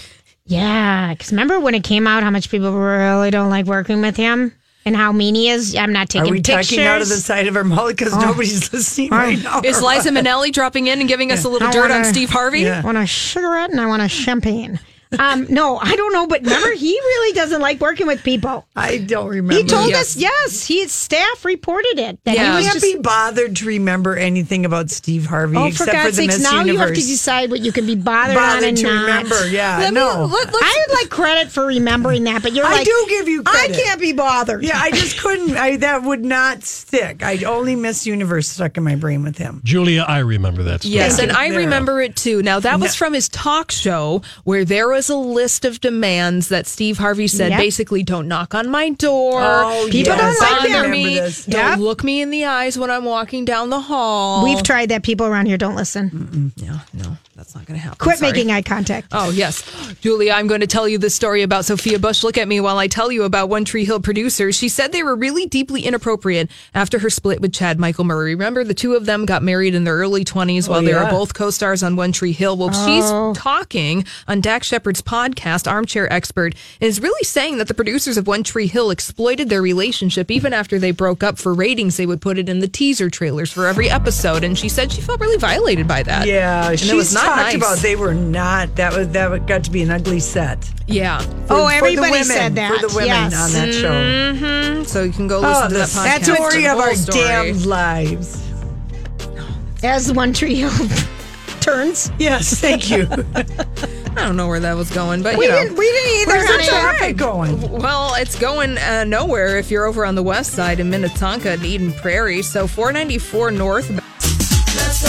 Speaker 7: yeah. Because remember when it came out, how much people really don't like working with him and how mean he is. I'm not
Speaker 8: Are
Speaker 7: taking
Speaker 8: we
Speaker 7: pictures. Oh.
Speaker 8: talking out of the side of our mouth because nobody's listening right now?
Speaker 5: Is Liza Minnelli dropping in and giving us a little
Speaker 7: I
Speaker 5: dirt on
Speaker 7: wanna-
Speaker 5: Steve Harvey?
Speaker 7: I want a cigarette and I want a champagne. Um, no, I don't know, but remember, he really doesn't like working with people.
Speaker 8: I don't remember.
Speaker 7: He told
Speaker 5: Yes.
Speaker 7: us yes. His staff reported it. That
Speaker 5: Yeah.
Speaker 7: he was
Speaker 8: can't
Speaker 7: just,
Speaker 8: be bothered to remember anything about Steve Harvey
Speaker 7: oh, for
Speaker 8: except for
Speaker 7: God's
Speaker 8: the
Speaker 7: sakes!
Speaker 8: Miss
Speaker 7: Now
Speaker 8: Universe.
Speaker 7: you have to decide what you can be bothered, on
Speaker 8: bothered
Speaker 7: and
Speaker 8: to
Speaker 7: not.
Speaker 8: remember. Yeah,
Speaker 5: Let me-
Speaker 8: no.
Speaker 5: let- let's-
Speaker 7: I would like credit for remembering that, but you're
Speaker 8: I
Speaker 7: like,
Speaker 8: do give you credit.
Speaker 7: I can't be bothered.
Speaker 8: yeah, I just couldn't. I that would not stick. I only Miss Universe stuck in my brain with him.
Speaker 6: Julia, I remember that story.
Speaker 5: Yes,
Speaker 8: Yeah.
Speaker 5: and I
Speaker 8: There.
Speaker 5: remember it too. Now that was
Speaker 8: No.
Speaker 5: from his talk show where there was a list of demands that Steve Harvey said
Speaker 7: Yep.
Speaker 5: basically don't knock on my door.
Speaker 8: Oh,
Speaker 5: people
Speaker 8: yes.
Speaker 5: don't
Speaker 8: I
Speaker 5: bother
Speaker 8: remember
Speaker 5: me.
Speaker 8: this.
Speaker 5: Don't
Speaker 7: Yep.
Speaker 5: look me in the eyes when I'm walking down the hall.
Speaker 7: We've tried that. People around here don't listen.
Speaker 8: Mm,
Speaker 5: no, no, that's not going to happen.
Speaker 7: Quit
Speaker 5: Sorry.
Speaker 7: making eye contact.
Speaker 5: Oh yes, Julia, I'm going to tell you the story about Sophia Bush. Look at me while I tell you about One Tree Hill producers. She said they were really deeply inappropriate after her split with Chad Michael Murray. Remember, the two of them got married in their early 20s while they were
Speaker 8: Oh, yeah. Oh.
Speaker 5: both co-stars on One Tree Hill. Well, she's talking on Dak Shepard's podcast, Armchair Expert, and is really saying that the producers of One Tree Hill exploited their relationship even after they broke up for ratings. They would put it in the teaser trailers for every episode, and she said she felt really violated by that.
Speaker 8: Yeah,
Speaker 5: and
Speaker 8: she's
Speaker 5: it was not
Speaker 8: talked
Speaker 5: nice.
Speaker 8: about. They were not. That was that got to be an ugly set.
Speaker 5: yeah.
Speaker 7: Oh,
Speaker 8: For the
Speaker 7: everybody
Speaker 8: women,
Speaker 7: said that.
Speaker 8: for the women
Speaker 7: yes.
Speaker 8: on that show.
Speaker 5: Mm, So you can go listen
Speaker 8: Oh,
Speaker 5: to
Speaker 8: the
Speaker 5: that podcast.
Speaker 8: that story
Speaker 5: Mm-hmm. The
Speaker 8: of
Speaker 5: whole
Speaker 8: our
Speaker 5: story.
Speaker 8: damned lives.
Speaker 7: As one trio turns,
Speaker 8: Yes, thank you.
Speaker 5: I don't know where that was going, but
Speaker 7: we
Speaker 5: you know.
Speaker 7: didn't. We didn't either.
Speaker 8: Where's the
Speaker 7: honey.
Speaker 8: traffic going?
Speaker 5: well, it's going uh, nowhere if you're over on the west side in Minnetonka and Eden Prairie. So 494 north.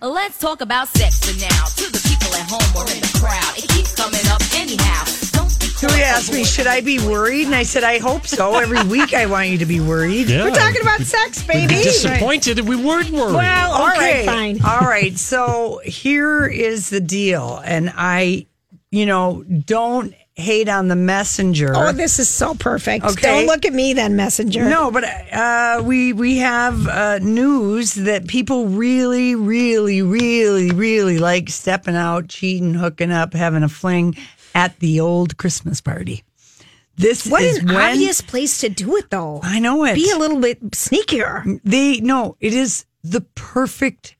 Speaker 9: Let's talk about sex for now. To the people at home or in the crowd, it keeps coming up anyhow. Don't be
Speaker 8: Julia asked me, should I be worried? And I said, I hope so. Every week I want you to be worried.
Speaker 6: Yeah.
Speaker 7: We're talking about sex,
Speaker 6: We'd be
Speaker 7: baby.
Speaker 6: disappointed if we weren't worried.
Speaker 8: Well,
Speaker 7: All right,
Speaker 8: okay.
Speaker 7: fine.
Speaker 8: All right. So here is the deal. And I, you know, don't hate on the messenger.
Speaker 7: Oh, this is so perfect.
Speaker 8: Okay.
Speaker 7: Don't look at me then, messenger.
Speaker 8: No, but uh, we we have uh, news that people really, really, really, really like stepping out, cheating, hooking up, having a fling at the old Christmas party. This
Speaker 7: What
Speaker 8: is
Speaker 7: an
Speaker 8: when
Speaker 7: obvious place to do it, though.
Speaker 8: I know it.
Speaker 7: Be a little bit sneakier.
Speaker 8: they no, it is the perfect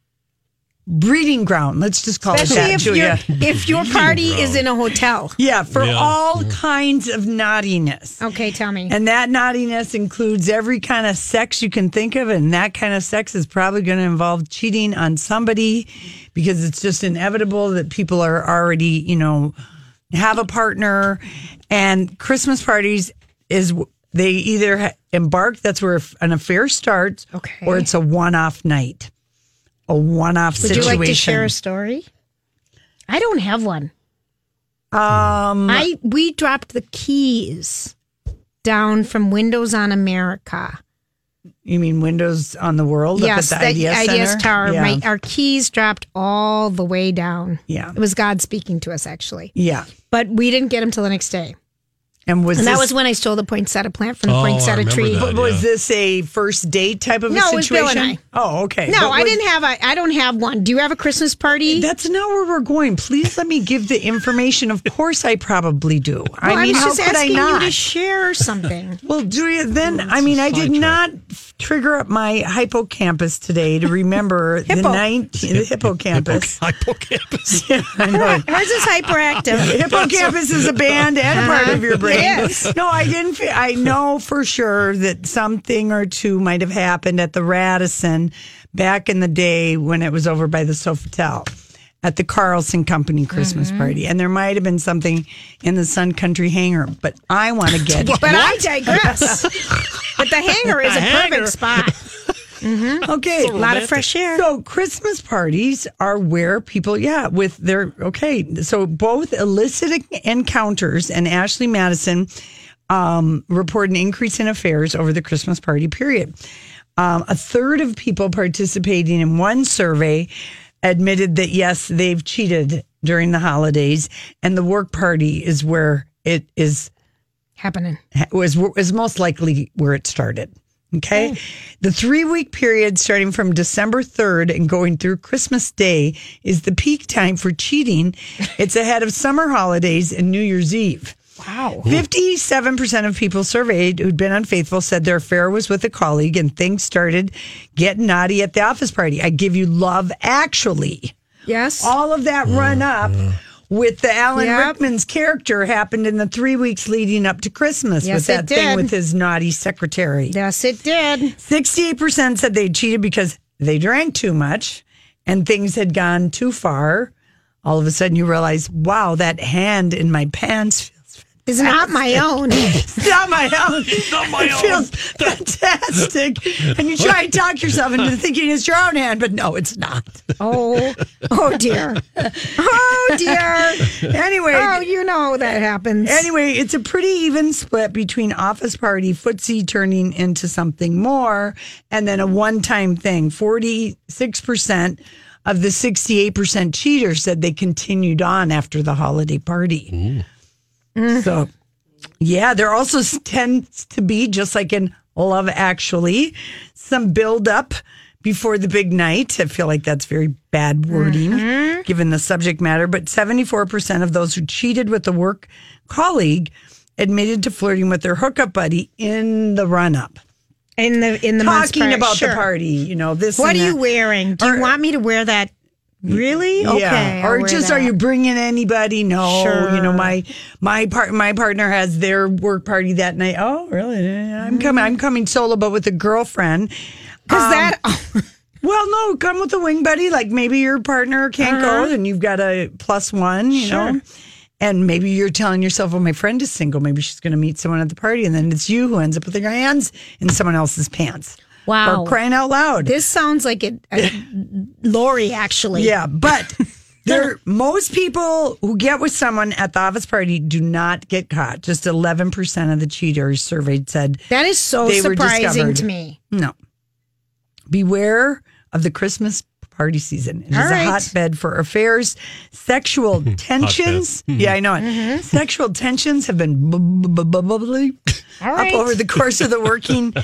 Speaker 8: breeding ground. Let's just call
Speaker 7: Especially
Speaker 8: it that,
Speaker 7: if, your
Speaker 8: Oh, Julia.
Speaker 7: if your party is in a hotel.
Speaker 8: Yeah, for
Speaker 6: Yeah.
Speaker 8: all kinds of naughtiness.
Speaker 7: Okay, tell me.
Speaker 8: And that naughtiness includes every kind of sex you can think of. And that kind of sex is probably going to involve cheating on somebody because it's just inevitable that people are already, you know, have a partner. And Christmas parties is they either ha- embark, that's where an affair starts,
Speaker 7: Okay.
Speaker 8: or it's a one off night, a one off
Speaker 7: Would
Speaker 8: situation.
Speaker 7: you like to share a story? I don't have one. Um, I we dropped the keys down from Windows on America.
Speaker 8: you mean Windows on the World?
Speaker 7: yes,
Speaker 8: up at the
Speaker 7: the
Speaker 8: IDS,
Speaker 7: IDS
Speaker 8: Center?
Speaker 7: tower.
Speaker 8: Yeah.
Speaker 7: My, our keys dropped all the way down.
Speaker 8: Yeah.
Speaker 7: it was God speaking to us actually,
Speaker 8: yeah.
Speaker 7: but we didn't get them till the next day.
Speaker 8: And was
Speaker 7: And
Speaker 8: this
Speaker 7: that was when I stole the poinsettia plant from the
Speaker 6: Oh, I
Speaker 7: poinsettia
Speaker 6: remember
Speaker 7: tree.
Speaker 6: that.
Speaker 8: But was this a first date type of
Speaker 7: No,
Speaker 8: a
Speaker 7: it was Bill
Speaker 8: situation?
Speaker 7: and
Speaker 8: Oh, okay.
Speaker 7: No,
Speaker 8: But
Speaker 7: I
Speaker 8: was-
Speaker 7: didn't have. A, I don't have one. Do you have a Christmas party?
Speaker 8: That's not where we're going. Please let me give the information. Of course, I probably do.
Speaker 7: Well,
Speaker 8: I mean,
Speaker 7: was
Speaker 8: how
Speaker 7: just
Speaker 8: could I
Speaker 7: asking
Speaker 8: not?
Speaker 7: you to share something.
Speaker 8: well, Julia, then I mean, I did not f- trigger up my hippocampus today to remember the
Speaker 7: Hippo.
Speaker 8: 19 the hippocampus.
Speaker 6: Hippocampus.
Speaker 7: Hers is hyperactive.
Speaker 8: hippocampus is a band and a part of your brain.
Speaker 7: Yes.
Speaker 8: No, I didn't. Fe- I know for sure that something or two might have happened at the Radisson back in the day when it was over by the Sofitel. at the Carlson Company Christmas party, and there might have been something in the Sun Country hangar. But I want to get.
Speaker 7: But I digress. but the hangar is
Speaker 8: The
Speaker 7: a
Speaker 8: hangar.
Speaker 7: perfect spot. Mm-hmm.
Speaker 8: Okay,
Speaker 7: a lot of fresh air.
Speaker 8: So Christmas parties are where people, yeah, with their okay. So both illicit encounters and Ashley Madison um, report an increase in affairs over the Christmas party period. Um, a third of people participating in one survey admitted that yes, they've cheated during the holidays, and the work party is where it is
Speaker 7: happening
Speaker 8: was was most likely where it started. Okay, the three week period starting from December third and going through Christmas Day is the peak time for cheating. it's ahead of summer holidays and New Year's Eve.
Speaker 7: Wow,
Speaker 8: fifty seven percent of people surveyed who'd been unfaithful said their affair was with a colleague, and things started getting naughty at the office party. I give you love, actually.
Speaker 7: Yes.
Speaker 8: All of that run
Speaker 7: Mm,
Speaker 8: up with the Alan
Speaker 7: Yep.
Speaker 8: Rickman's character happened in the three weeks leading up to Christmas
Speaker 7: Yes,
Speaker 8: with that
Speaker 7: it
Speaker 8: thing
Speaker 7: did.
Speaker 8: with his naughty secretary.
Speaker 7: Yes, it did.
Speaker 8: 68% said they cheated because they drank too much and things had gone too far. All of a sudden, you realize, wow, that hand in my pants feels
Speaker 7: It's not my own.
Speaker 8: it's not my own.
Speaker 7: not my
Speaker 8: it
Speaker 7: own.
Speaker 8: feels fantastic. And you try and talk yourself into thinking it's your own hand, but no, it's not.
Speaker 7: Oh, oh dear. Oh dear.
Speaker 8: Anyway.
Speaker 7: Oh, you know that happens.
Speaker 8: Anyway, it's a pretty even split between office party footsie turning into something more and then a one time thing. 46% of the 68% cheaters said they continued on after the holiday party. So, yeah, there also s- tends to be, just like in Love Actually, some buildup before the big night. I feel like that's very bad wording given the subject matter, but 74% of those who cheated with a work colleague admitted to flirting with their hookup buddy in the run up.
Speaker 7: In the in the month's
Speaker 8: talking
Speaker 7: prior-
Speaker 8: about
Speaker 7: sure.
Speaker 8: the party, you know this.
Speaker 7: What
Speaker 8: and
Speaker 7: are you
Speaker 8: that.
Speaker 7: wearing? Do you want me to wear that? Really?
Speaker 8: Yeah.
Speaker 7: Okay. I'll
Speaker 8: or
Speaker 7: wear
Speaker 8: just
Speaker 7: that.
Speaker 8: are you bringing anybody? No. You know
Speaker 7: Sure.
Speaker 8: my my part my partner has their work party that night. Oh, really? Yeah,
Speaker 7: Mm-hmm.
Speaker 8: I'm coming. I'm coming solo, but with a girlfriend. Um, Because
Speaker 7: that.
Speaker 8: well, no, come with a wing buddy. Like maybe your partner can't go,
Speaker 7: Uh-huh.
Speaker 8: and you've got a plus one. You know.
Speaker 7: Sure.
Speaker 8: And maybe you're telling yourself, "Well, my friend is single. Maybe she's going to meet someone at the party," and then it's you who ends up with your hands in someone else's pants.
Speaker 7: Wow.
Speaker 8: For crying out loud!
Speaker 7: This sounds like it, uh, Lori actually.
Speaker 8: Yeah, but there most people who get with someone at the office party do not get caught. Just eleven percent of the cheaters surveyed said
Speaker 7: That is so
Speaker 8: They were
Speaker 7: surprising
Speaker 8: discovered.
Speaker 7: to me.
Speaker 8: no. Beware of the Christmas party season. It is
Speaker 7: All right.
Speaker 8: a hotbed for affairs, sexual tensions.
Speaker 14: Hotbed.
Speaker 8: Yeah, I know it.
Speaker 7: Mm-hmm.
Speaker 8: Sexual tensions have been bu- bu- bu- bu- bu-
Speaker 7: All
Speaker 8: up
Speaker 7: right.
Speaker 8: over the course of the working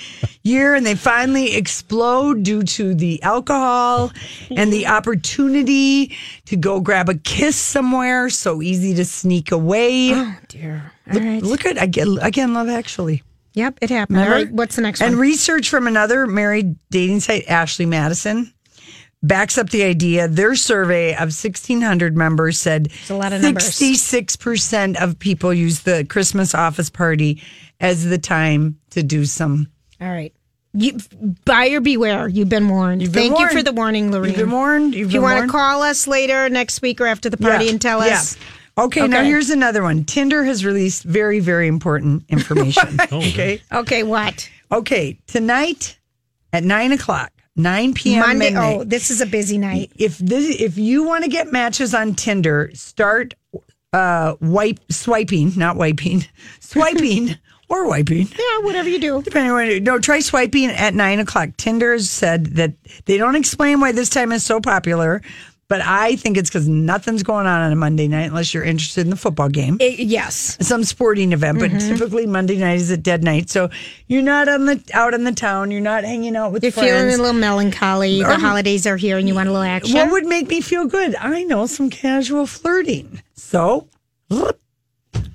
Speaker 8: year, and they finally explode due to the alcohol and the opportunity to go grab a kiss somewhere. So easy to sneak away.
Speaker 7: Oh dear. All
Speaker 8: Look,
Speaker 7: right.
Speaker 8: look at again, again, Love Actually.
Speaker 7: Yep, it happened. All
Speaker 8: Remember?
Speaker 7: right, what's the next
Speaker 8: And
Speaker 7: one?
Speaker 8: research from another married dating site, Ashley Madison, backs up the idea. Their survey of 1,600 members said
Speaker 7: a lot of numbers.
Speaker 8: 66% of people use the Christmas office party as the time to do some.
Speaker 7: All right. You, buyer beware. You've been warned.
Speaker 8: been
Speaker 7: Thank
Speaker 8: warned.
Speaker 7: you for the warning, Lorraine.
Speaker 8: You've been warned. You've
Speaker 7: if you
Speaker 8: been
Speaker 7: want
Speaker 8: warned.
Speaker 7: to call us later next week or after the party
Speaker 8: Yeah,
Speaker 7: and tell
Speaker 8: yeah.
Speaker 7: us.
Speaker 8: Okay, now
Speaker 7: Okay.
Speaker 8: here's another one. Tinder has released very, very important information. okay.
Speaker 7: Okay, what?
Speaker 8: Okay, tonight at nine o'clock, nine p.m.
Speaker 7: Monday.
Speaker 8: midnight,
Speaker 7: Oh, this is a busy night.
Speaker 8: if this if you want to get matches on Tinder, start uh wipe swiping, not wiping, swiping or wiping.
Speaker 7: Yeah, whatever you do.
Speaker 8: Depending on what you- no, try swiping at nine o'clock. Tinder has said that they don't explain why this time is so popular, but I think it's because nothing's going on on a Monday night unless you're interested in the football game
Speaker 7: Eh, yes. Mm-hmm.
Speaker 8: some sporting event, but typically Monday night is a dead night. So you're not on the out on the town. You're not hanging out with
Speaker 7: You're
Speaker 8: friends.
Speaker 7: feeling a little melancholy.
Speaker 8: Or-
Speaker 7: The holidays are here and you want a little action.
Speaker 8: What would make me feel good? I know some casual flirting. So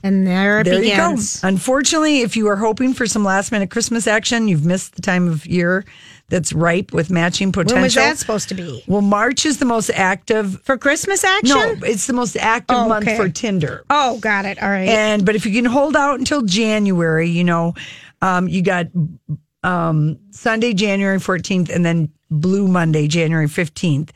Speaker 7: and there it
Speaker 8: there
Speaker 7: begins.
Speaker 8: you go. Unfortunately, if you are hoping for some last minute Christmas action, you've missed the time of year that's ripe with matching potential.
Speaker 7: When was that supposed to be?
Speaker 8: Well, March is the most active.
Speaker 7: For Christmas action?
Speaker 8: No, it's the most active
Speaker 7: Oh,
Speaker 8: month
Speaker 7: okay.
Speaker 8: for Tinder.
Speaker 7: Oh, got it. All right.
Speaker 8: And but if you can hold out until January, you know, um, you got um, Sunday, January fourteenth, and then Blue Monday, January fifteenth.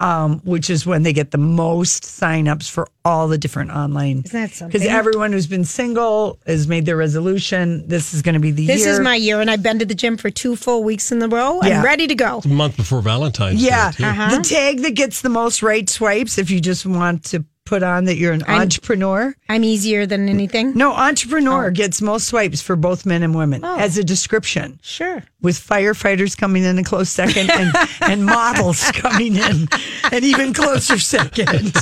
Speaker 8: um, which is when they get the most signups for all the different online.
Speaker 7: Isn't that something?
Speaker 8: Because everyone who's been single has made their resolution. This is going to be the
Speaker 7: This
Speaker 8: year.
Speaker 7: is my year, and I've been to the gym for two full weeks in a row.
Speaker 8: Yeah.
Speaker 7: I'm ready to go.
Speaker 6: A month before Valentine's
Speaker 8: Yeah.
Speaker 6: Day. too.
Speaker 7: Uh-huh.
Speaker 8: The tag that gets the most right swipes, if you just want to put on that you're an
Speaker 7: I'm-
Speaker 8: entrepreneur.
Speaker 7: I'm easier than anything.
Speaker 8: No,
Speaker 7: Oh.
Speaker 8: entrepreneur gets most swipes for both men and women as a description.
Speaker 7: Sure.
Speaker 8: With firefighters coming in a close second and, and models coming in an even closer second.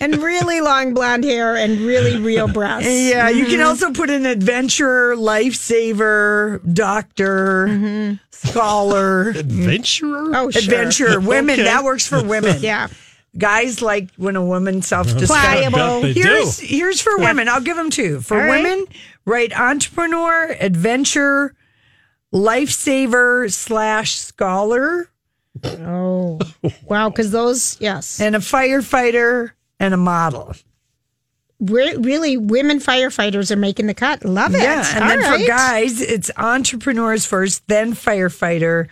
Speaker 7: and really long blonde hair and really real breasts.
Speaker 8: Yeah, you can
Speaker 7: Mhm.
Speaker 8: also put in adventurer, lifesaver, doctor, scholar.
Speaker 6: Adventurer?
Speaker 7: Mm-hmm. Oh, sure.
Speaker 8: Adventurer. Women.
Speaker 7: Okay.
Speaker 8: That works for women.
Speaker 7: Yeah.
Speaker 8: Guys like when a woman self
Speaker 7: Pliable. I bet
Speaker 8: discovers.
Speaker 7: they
Speaker 8: Here's
Speaker 7: do.
Speaker 8: here's for women. I'll give them two. For
Speaker 7: All right.
Speaker 8: women, write entrepreneur, adventure, lifesaver slash scholar.
Speaker 7: Oh, wow. Because those, yes.
Speaker 8: And a firefighter and a model.
Speaker 7: Re- really, women firefighters are making the cut. Love it.
Speaker 8: Yeah, and
Speaker 7: All
Speaker 8: then for
Speaker 7: right.
Speaker 8: guys, it's entrepreneurs first, then firefighter,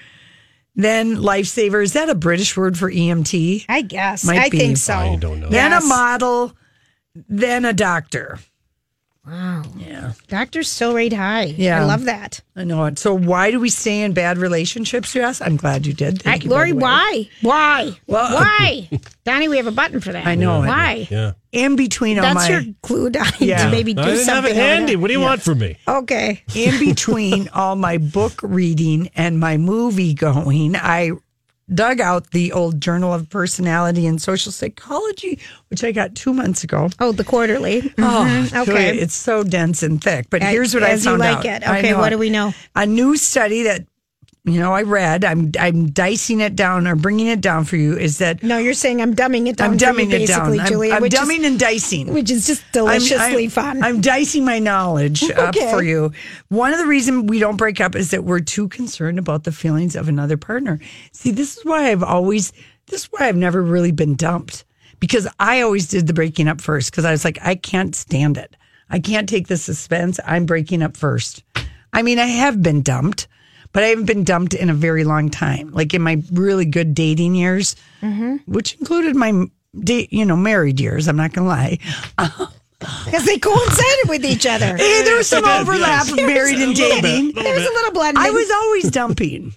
Speaker 8: then lifesaver. Is that a British word for EMT?
Speaker 7: I guess.
Speaker 8: Might
Speaker 7: I
Speaker 8: be.
Speaker 7: think so.
Speaker 6: I don't know.
Speaker 8: Then
Speaker 7: Yes.
Speaker 8: a model, then a doctor.
Speaker 7: Wow.
Speaker 8: Yeah,
Speaker 7: Doctors still rate high.
Speaker 8: Yeah.
Speaker 7: I love that.
Speaker 8: I know it. So why do we stay in bad relationships? You ask. I'm glad you did.
Speaker 7: I,
Speaker 8: Thank you, by
Speaker 7: Lori,
Speaker 8: the way.
Speaker 7: why? Why?
Speaker 8: Well-
Speaker 7: why? Donnie, we have a button for that.
Speaker 8: I know it.
Speaker 7: Why?
Speaker 6: Yeah.
Speaker 8: In between all
Speaker 7: That's
Speaker 8: my
Speaker 7: your clue, Donnie,
Speaker 8: Yeah.
Speaker 7: to maybe do
Speaker 6: I didn't have
Speaker 7: something.
Speaker 6: it
Speaker 7: over
Speaker 6: handy.
Speaker 7: there.
Speaker 6: What do you want from me?
Speaker 7: Okay.
Speaker 8: in between all my book reading and my movie going, I dug out the old Journal of Personality and Social Psychology, which I got two months ago.
Speaker 7: Oh, the quarterly.
Speaker 8: Oh,
Speaker 7: okay.
Speaker 8: okay. It's so dense and thick. But
Speaker 7: Uh,
Speaker 8: here's what I
Speaker 7: as you
Speaker 8: found
Speaker 7: like
Speaker 8: out.
Speaker 7: it.
Speaker 8: I
Speaker 7: Okay,
Speaker 8: know
Speaker 7: what
Speaker 8: it.
Speaker 7: do we know?
Speaker 8: A new study that you know I read. I'm I'm dicing it down or bringing it down for you. Is that
Speaker 7: No, you're saying I'm dumbing it down.
Speaker 8: I'm
Speaker 7: for you
Speaker 8: dumbing it down.
Speaker 7: basically,
Speaker 8: I'm,
Speaker 7: Julia,
Speaker 8: I'm
Speaker 7: which
Speaker 8: dumbing
Speaker 7: is,
Speaker 8: and dicing.
Speaker 7: which is just
Speaker 8: I'm-
Speaker 7: deliciously
Speaker 8: I'm,
Speaker 7: fun.
Speaker 8: I'm dicing my knowledge up
Speaker 7: Okay.
Speaker 8: for you. One of the reasons we don't break up is that we're too concerned about the feelings of another partner. See, this is why I've always, this is why I've never really been dumped because I always did the breaking up first because I was like, I can't stand it. I can't take the suspense. I'm breaking up first. I mean, I have been dumped, but I haven't been dumped in a very long time. Like in my really good dating years,
Speaker 7: Mm-hmm.
Speaker 8: which included my, da- you know, married years. I'm not going to lie.
Speaker 7: because they coincided with each other.
Speaker 8: Hey, there was some overlap of
Speaker 7: There was
Speaker 8: married and dating.
Speaker 7: There was a little blending.
Speaker 8: I was always dumping.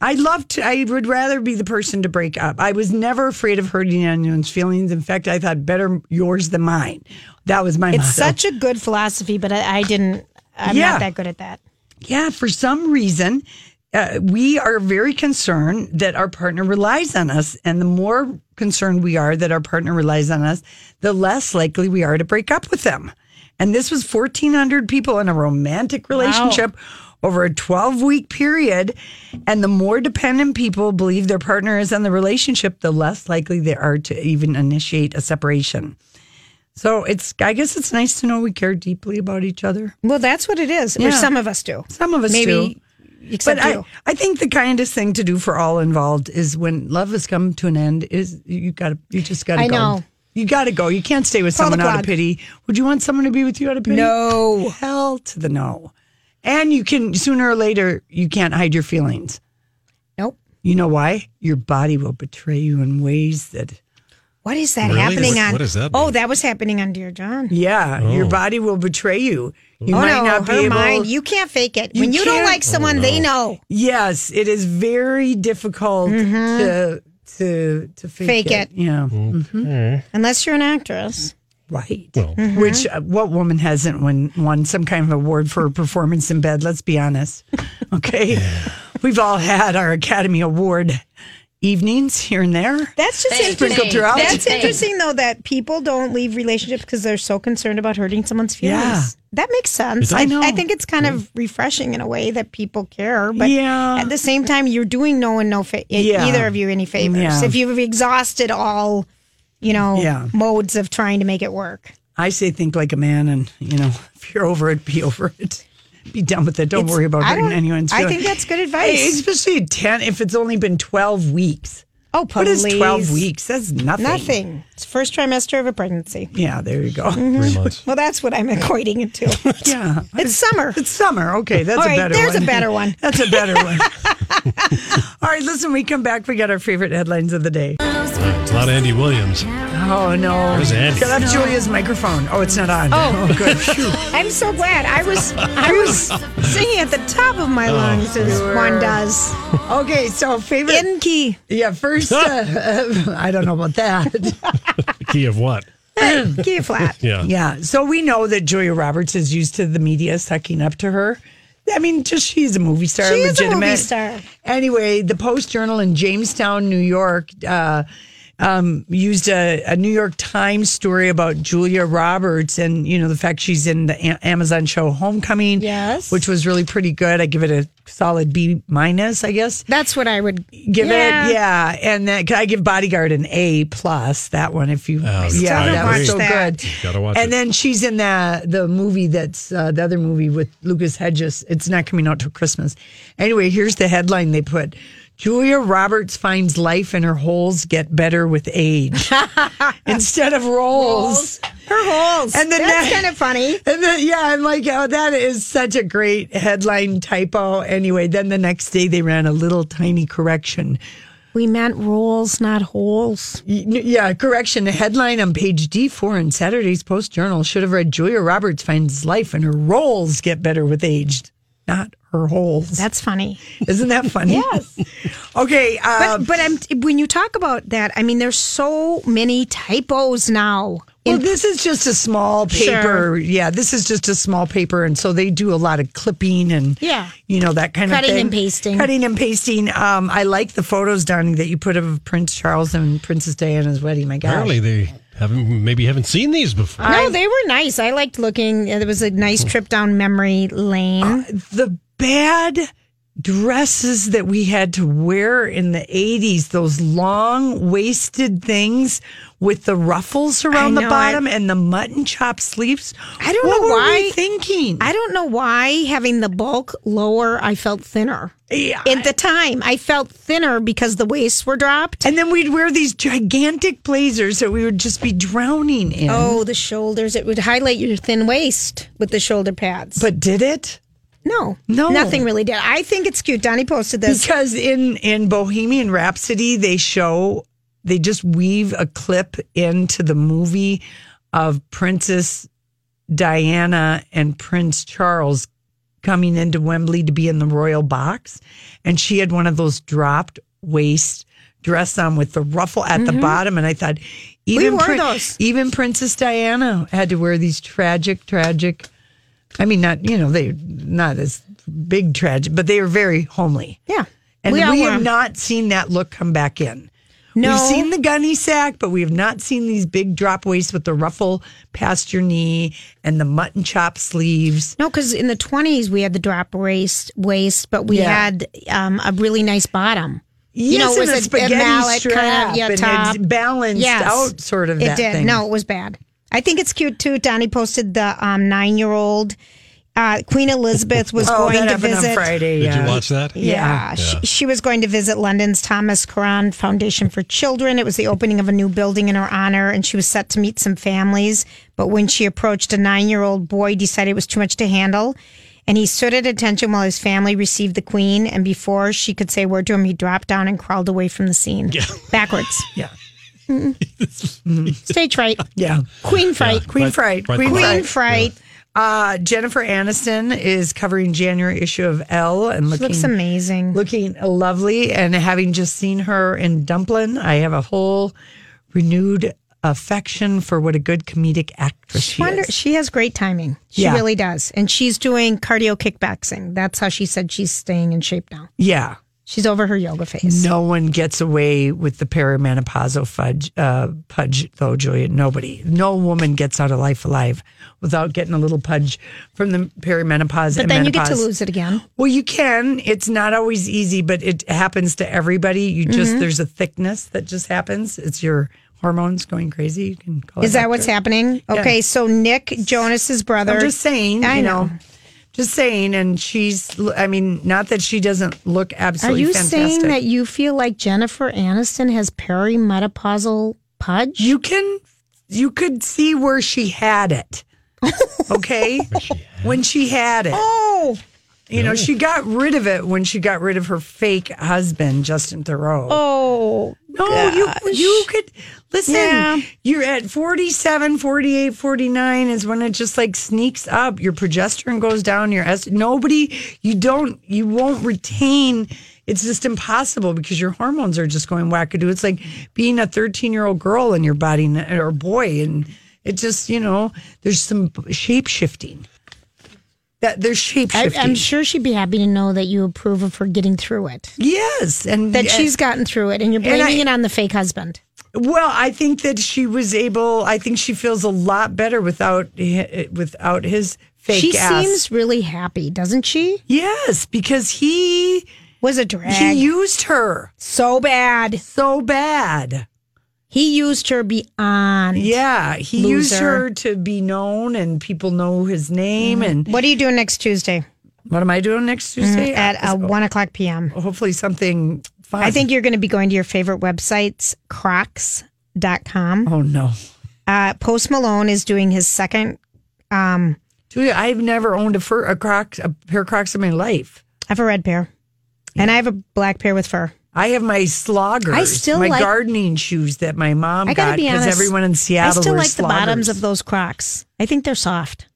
Speaker 8: I loved to, I would rather be the person to break up. I was never afraid of hurting anyone's feelings. In fact, I thought better yours than mine. That was my
Speaker 7: It's
Speaker 8: motto.
Speaker 7: such a good philosophy, but I, I didn't. I'm
Speaker 8: Yeah.
Speaker 7: not that good at that.
Speaker 8: yeah, for some reason, uh, we are very concerned that our partner relies on us. And the more concerned we are that our partner relies on us, the less likely we are to break up with them. And this was 1,400 people in a romantic relationship over a 12 week period. And the more dependent people believe their partner is on the relationship, the less likely they are to even initiate a separation. So it's, I guess it's nice to know we care deeply about each other.
Speaker 7: Well, that's what it is. Or
Speaker 8: Yeah.
Speaker 7: some of us do.
Speaker 8: Some of us do.
Speaker 7: Maybe except
Speaker 8: but I,
Speaker 7: you.
Speaker 8: I think the kindest thing to do for all involved is when love has come to an end is you gotta you just gotta
Speaker 7: I
Speaker 8: go.
Speaker 7: know.
Speaker 8: You gotta go. You can't stay with
Speaker 7: Pull the
Speaker 8: someone out
Speaker 7: plug.
Speaker 8: of pity. Would you want someone to be with you out of pity?
Speaker 7: No.
Speaker 8: Hell to the no. And you can sooner or later you can't hide your feelings.
Speaker 7: Nope.
Speaker 8: You know why? Your body will betray you in ways that
Speaker 7: What is that
Speaker 6: Really?
Speaker 7: happening
Speaker 6: What-
Speaker 7: on?
Speaker 6: what does that
Speaker 7: oh,
Speaker 6: mean?
Speaker 7: that was happening on Dear John.
Speaker 8: Yeah, your body will betray you. You
Speaker 7: oh
Speaker 8: might
Speaker 7: no,
Speaker 8: not be
Speaker 7: her
Speaker 8: able
Speaker 7: mind. You can't fake it.
Speaker 8: You
Speaker 7: when you don't
Speaker 8: can't-
Speaker 7: like someone, they know.
Speaker 8: Yes, it is very difficult to to to fake,
Speaker 7: Mm-hmm. Fake it.
Speaker 8: Yeah.
Speaker 7: Unless you're an actress.
Speaker 8: Right.
Speaker 7: Mm-hmm.
Speaker 8: Which uh, what woman hasn't won, won some kind of award for a performance in bed? Let's be honest. Okay. We've all had our Academy Award evenings here and there.
Speaker 7: That's just
Speaker 8: Thank
Speaker 7: interesting.
Speaker 8: you. Sprinkled
Speaker 7: That's
Speaker 8: throughout.
Speaker 7: interesting though that people don't leave relationships because they're so concerned about hurting someone's feelings.
Speaker 8: Yeah.
Speaker 7: That makes sense.
Speaker 8: I know.
Speaker 7: I think it's kind of refreshing in a way that people care, but
Speaker 8: Yeah.
Speaker 7: at the same time, you're doing no one no fa- e-,
Speaker 8: Yeah.
Speaker 7: either of you any favors
Speaker 8: Yeah.
Speaker 7: if you've exhausted all, you know,
Speaker 8: Yeah.
Speaker 7: modes of trying to make it work.
Speaker 8: I say think like a man, and you know, if you're over it, be over it. Be done with it. Don't
Speaker 7: It's-
Speaker 8: worry about
Speaker 7: I
Speaker 8: hurting
Speaker 7: don't-
Speaker 8: anyone's
Speaker 7: I
Speaker 8: feelings.
Speaker 7: think that's good advice.
Speaker 8: Hey, especially ten if it's only been twelve weeks.
Speaker 7: Oh,
Speaker 8: What is twelve
Speaker 7: please.
Speaker 8: weeks? That's nothing.
Speaker 7: Nothing. Mm-hmm. It's first trimester of a pregnancy.
Speaker 8: Yeah, there you go.
Speaker 6: Three months.
Speaker 7: Well, that's what I'm equating it to.
Speaker 8: Yeah,
Speaker 7: It's summer.
Speaker 8: It's summer. Okay, that's
Speaker 7: All right,
Speaker 8: a better
Speaker 7: there's
Speaker 8: one.
Speaker 7: a better one.
Speaker 8: That's a better one. All right, listen, we come back. We got our favorite headlines of the day.
Speaker 9: Loves
Speaker 6: It's a lot of Andy Williams.
Speaker 8: Oh no!
Speaker 6: Where's Andy?
Speaker 8: Got
Speaker 6: No.
Speaker 8: up Julia's microphone. Oh, it's not on.
Speaker 7: Oh.
Speaker 8: good.
Speaker 7: I'm so glad. I was I was singing at the top of my
Speaker 8: Oh,
Speaker 7: lungs as
Speaker 8: sure.
Speaker 7: one does.
Speaker 8: Okay, so favorite in key. Yeah, first. Uh, I don't know about that.
Speaker 6: The key of what?
Speaker 8: key flat.
Speaker 6: Yeah.
Speaker 8: Yeah. So we know that Julia Roberts is used to the media sucking up to her. I mean, just she's a movie star.
Speaker 7: She is a
Speaker 8: legitimate.
Speaker 7: movie star.
Speaker 8: Anyway, the Post Journal in Jamestown, New York, uh, um, used a, a New York Times story about Julia Roberts and you know the fact she's in the a- Amazon show Homecoming, yes, which was really pretty good. I give it a solid B minus, I guess.
Speaker 7: That's what I would
Speaker 8: give
Speaker 7: Yeah.
Speaker 8: it. Yeah, and that I give Bodyguard an A plus. That one, if you,
Speaker 6: Oh,
Speaker 7: still
Speaker 8: yeah,
Speaker 7: haven't
Speaker 8: that was
Speaker 7: watched
Speaker 8: so
Speaker 7: that.
Speaker 8: good.
Speaker 6: You gotta watch
Speaker 8: and
Speaker 6: it.
Speaker 8: then she's in the the movie that's uh, the other movie with Lucas Hedges. It's not coming out till Christmas. Anyway, here's the headline they put. Julia Roberts finds life and her holes get better with age instead of roles.
Speaker 7: Her holes.
Speaker 8: And then
Speaker 7: That's
Speaker 8: that-
Speaker 7: kind of funny.
Speaker 8: And then, yeah, I'm like, oh, that is such a great headline typo. Anyway, then the next day they ran a little tiny correction.
Speaker 7: We meant rolls, not holes.
Speaker 8: Y- n- Yeah, correction. The headline on page D4 in Saturday's Post Journal should have read Julia Roberts finds life and her roles get better with age, not her holes.
Speaker 7: That's funny.
Speaker 8: Isn't that funny?
Speaker 7: Yes.
Speaker 8: Okay. Uh,
Speaker 7: But, but I'm, when you talk about that, I mean, there's so many typos now.
Speaker 8: well,
Speaker 7: in-
Speaker 8: this is just a small paper.
Speaker 7: Sure.
Speaker 8: Yeah, this is just a small paper. And so they do a lot of clipping and,
Speaker 7: Yeah.
Speaker 8: you know, that kind
Speaker 10: Cutting
Speaker 8: of thing.
Speaker 10: and pasting.
Speaker 8: Cutting and pasting. Um, I like the photos, Donnie, that you put of Prince Charles and Princess Diana's wedding. My gosh.
Speaker 6: Apparently they haven't maybe haven't seen these before.
Speaker 7: no, they were nice. I liked looking. It was a nice trip down memory lane.
Speaker 8: Uh, the bad dresses that we had to wear in the 80s those long waisted things with the ruffles around the
Speaker 7: know,
Speaker 8: bottom and the mutton chop sleeves
Speaker 7: I don't
Speaker 8: What
Speaker 7: know
Speaker 8: were
Speaker 7: why.
Speaker 8: we thinking
Speaker 7: I don't know why having the bulk lower, I felt thinner.
Speaker 8: Yeah.
Speaker 7: At the time, I felt thinner because the waists were dropped.
Speaker 8: and then we'd wear these gigantic blazers that we would just be drowning in
Speaker 7: Oh, the shoulders. It would highlight your thin waist with the shoulder pads.
Speaker 8: but did it
Speaker 7: no,
Speaker 8: No.
Speaker 7: nothing really did. I think it's cute. Donnie posted this.
Speaker 8: because in in bohemian rhapsody they show they just weave a clip into the movie of princess diana and prince charles coming into wembley to be in the royal box and she had one of those dropped waist dress on with the ruffle at the bottom and i thought even
Speaker 7: Mm-hmm. wore
Speaker 8: Prin-
Speaker 7: those.
Speaker 8: even princess diana had to wear these tragic tragic i mean not you know they not as big tragic but they were very homely
Speaker 7: yeah,
Speaker 8: and
Speaker 7: We
Speaker 8: we,
Speaker 7: all wore
Speaker 8: have
Speaker 7: 'em.
Speaker 8: not seen that look come back in.
Speaker 7: No.
Speaker 8: We've seen the gunny sack, but we have not seen these big drop waists with the ruffle past your knee and the mutton chop sleeves.
Speaker 7: No, because in the twenties we had the drop waist, waist, but we
Speaker 8: Yeah.
Speaker 7: had um, a really nice bottom. you know,
Speaker 8: Yes,
Speaker 7: it was
Speaker 8: and
Speaker 7: a,
Speaker 8: a spaghetti
Speaker 7: a mallet kind
Speaker 8: strap,
Speaker 7: of yeah,
Speaker 8: and it's
Speaker 7: top.
Speaker 8: balanced out sort of
Speaker 7: It
Speaker 8: that
Speaker 7: did.
Speaker 8: thing.
Speaker 7: No, it was bad. I think it's cute too. Donnie posted the um, nine-year-old uh, Queen Elizabeth was
Speaker 8: Oh,
Speaker 7: going
Speaker 8: that
Speaker 7: to
Speaker 8: happened
Speaker 7: visit.
Speaker 8: on Friday.
Speaker 6: Did
Speaker 8: yeah.
Speaker 6: you watch that?
Speaker 7: Yeah, She, she was going to visit London's Thomas Caron Foundation for Children. It was the opening of a new building in her honor, and she was set to meet some families. But when she approached a nine year old boy, decided it was too much to handle. And he stood at attention while his family received the queen. And before she could say a word to him, he dropped down and crawled away from the scene backwards.
Speaker 8: Yeah.
Speaker 7: Stage fright,
Speaker 8: Yeah.
Speaker 7: queen fright,
Speaker 8: Queen fright.
Speaker 6: Right
Speaker 8: Queen
Speaker 6: there.
Speaker 7: queen fright.
Speaker 8: fright. Uh, Jennifer Aniston is covering January issue of Elle and looking
Speaker 7: Looks amazing.
Speaker 8: looking lovely and having just seen her in Dumplin, I have a whole renewed affection for what a good comedic actress she
Speaker 7: Wonder,
Speaker 8: is.
Speaker 7: she has great timing. She
Speaker 8: Yeah.
Speaker 7: really does. And she's doing cardio kickboxing. That's how she said she's staying in shape now.
Speaker 8: Yeah.
Speaker 7: She's over her yoga phase.
Speaker 8: No one gets away with the perimenopausal fudge, uh, pudge, though, Julia. Nobody. No woman gets out of life alive without getting a little pudge from the perimenopause.
Speaker 7: But
Speaker 8: and
Speaker 7: then you get to
Speaker 8: menopause.
Speaker 7: lose it again.
Speaker 8: Well, you can. It's not always easy, but it happens to everybody. You just
Speaker 7: Mm-hmm.
Speaker 8: there's a thickness that just happens. It's your hormones going crazy. You can call it
Speaker 7: Is that what's
Speaker 8: doctor.
Speaker 7: happening? Okay, so Nick Jonas's brother.
Speaker 8: I'm just saying.
Speaker 7: I
Speaker 8: you know. Just saying, and she's. I mean, not that she doesn't look
Speaker 7: Are
Speaker 8: absolutely.
Speaker 7: you
Speaker 8: fantastic.
Speaker 7: saying that you feel like Jennifer Aniston has perimenopausal pudge?
Speaker 8: you can? You could see where she had it. Okay, when she had it.
Speaker 7: oh,
Speaker 8: You know, she got rid of it when she got rid of her fake husband, Justin Thoreau.
Speaker 7: oh,
Speaker 8: No, you you could listen.
Speaker 7: Yeah.
Speaker 8: You're at 47, 48, 49 is when it just like sneaks up. Your progesterone goes down, your est- nobody you don't you won't retain it's just impossible because your hormones are just going wackadoo. It's like being a 13-year-old girl in your body n- or boy and it just, you know, there's some shape shifting. That there's shape
Speaker 10: I,
Speaker 8: shifting.
Speaker 10: I'm sure she'd be happy to know that you approve of her getting through it.
Speaker 8: Yes, and
Speaker 10: that
Speaker 8: and-
Speaker 10: she's gotten through it, and you're
Speaker 8: And I-
Speaker 10: blaming it on the fake husband.
Speaker 8: Well, I think that she was able. I think she feels a lot better without hi- without his fake.
Speaker 10: she
Speaker 8: ass.
Speaker 10: seems really happy, doesn't she?
Speaker 8: Yes, because he
Speaker 10: was a drag.
Speaker 8: he used her
Speaker 10: so bad,
Speaker 8: so bad.
Speaker 10: He used her beyond.
Speaker 8: Yeah, he used
Speaker 10: Loser.
Speaker 8: her to be known, and people know his name. And
Speaker 7: Mm-hmm. What are you doing next Tuesday?
Speaker 8: what am I doing next Tuesday?
Speaker 7: at uh, one o'clock p.m.
Speaker 8: Hopefully, something fun.
Speaker 7: I think you're going to be going to your favorite websites, crocs.com.
Speaker 8: Oh, no.
Speaker 7: Uh, Post Malone is doing his second. Um,
Speaker 8: Julia, I've never owned a fur a croc a pair of Crocs in my life.
Speaker 7: I have a red pair, and I have a black pair with fur.
Speaker 8: I have my sloggers.
Speaker 7: I still
Speaker 8: my
Speaker 7: like-
Speaker 8: gardening shoes that my mom
Speaker 7: I got
Speaker 8: got
Speaker 7: to be
Speaker 8: because
Speaker 7: honest.
Speaker 8: everyone in Seattle
Speaker 7: I still
Speaker 8: wears
Speaker 7: like the bottoms
Speaker 8: sloggers.
Speaker 7: of those Crocs. I think they're soft.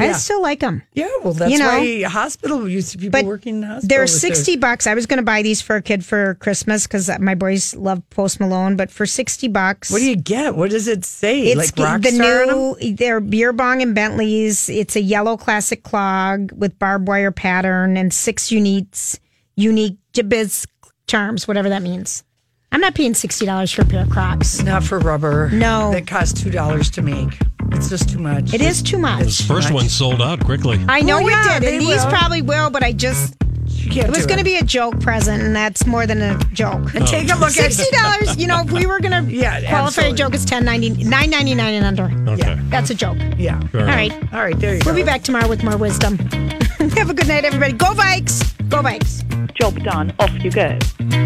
Speaker 7: I
Speaker 8: Yeah.
Speaker 7: still like them.
Speaker 8: Yeah, well, that's
Speaker 7: you know?
Speaker 8: why hospital used to people
Speaker 7: But
Speaker 8: working in hospital.
Speaker 7: They're
Speaker 8: with their-
Speaker 7: sixty bucks. I was going to buy these for a kid for Christmas because my boys love Post Malone. But for sixty bucks,
Speaker 8: What do you get? What does it say?
Speaker 7: It's
Speaker 8: like rock
Speaker 7: the
Speaker 8: star on 'em?
Speaker 7: new. They're beer bong and Bentleys. It's a yellow classic clog with barbed wire pattern and six uniques, unique jibbiz charms, whatever that means. I'm not paying sixty dollars for a pair of Crocs.
Speaker 8: Not for rubber.
Speaker 7: No.
Speaker 8: that costs two dollars to make. It's just too much.
Speaker 7: It is too much.
Speaker 6: This first one sold out quickly.
Speaker 7: I know
Speaker 8: Well,
Speaker 7: we
Speaker 8: Oh, yeah,
Speaker 7: did, and
Speaker 8: they
Speaker 7: these
Speaker 8: will.
Speaker 7: probably will. But I just
Speaker 8: You can't
Speaker 7: it was
Speaker 8: do
Speaker 7: going to be a joke present, and that's more than a joke.
Speaker 8: And take a look at
Speaker 7: Sixty dollars. You know, if we were going to
Speaker 8: Yeah,
Speaker 7: qualify
Speaker 8: absolutely.
Speaker 7: a joke as ten ninety nine ninety nine and under.
Speaker 6: Okay.
Speaker 7: That's a joke.
Speaker 8: Yeah.
Speaker 6: Fair
Speaker 7: All
Speaker 6: enough.
Speaker 7: right,
Speaker 8: All right, there you
Speaker 7: we'll
Speaker 8: go.
Speaker 7: be back tomorrow with more wisdom. Have a good night, everybody. Go Vikes. Go Vikes.
Speaker 14: Job done. Off you go.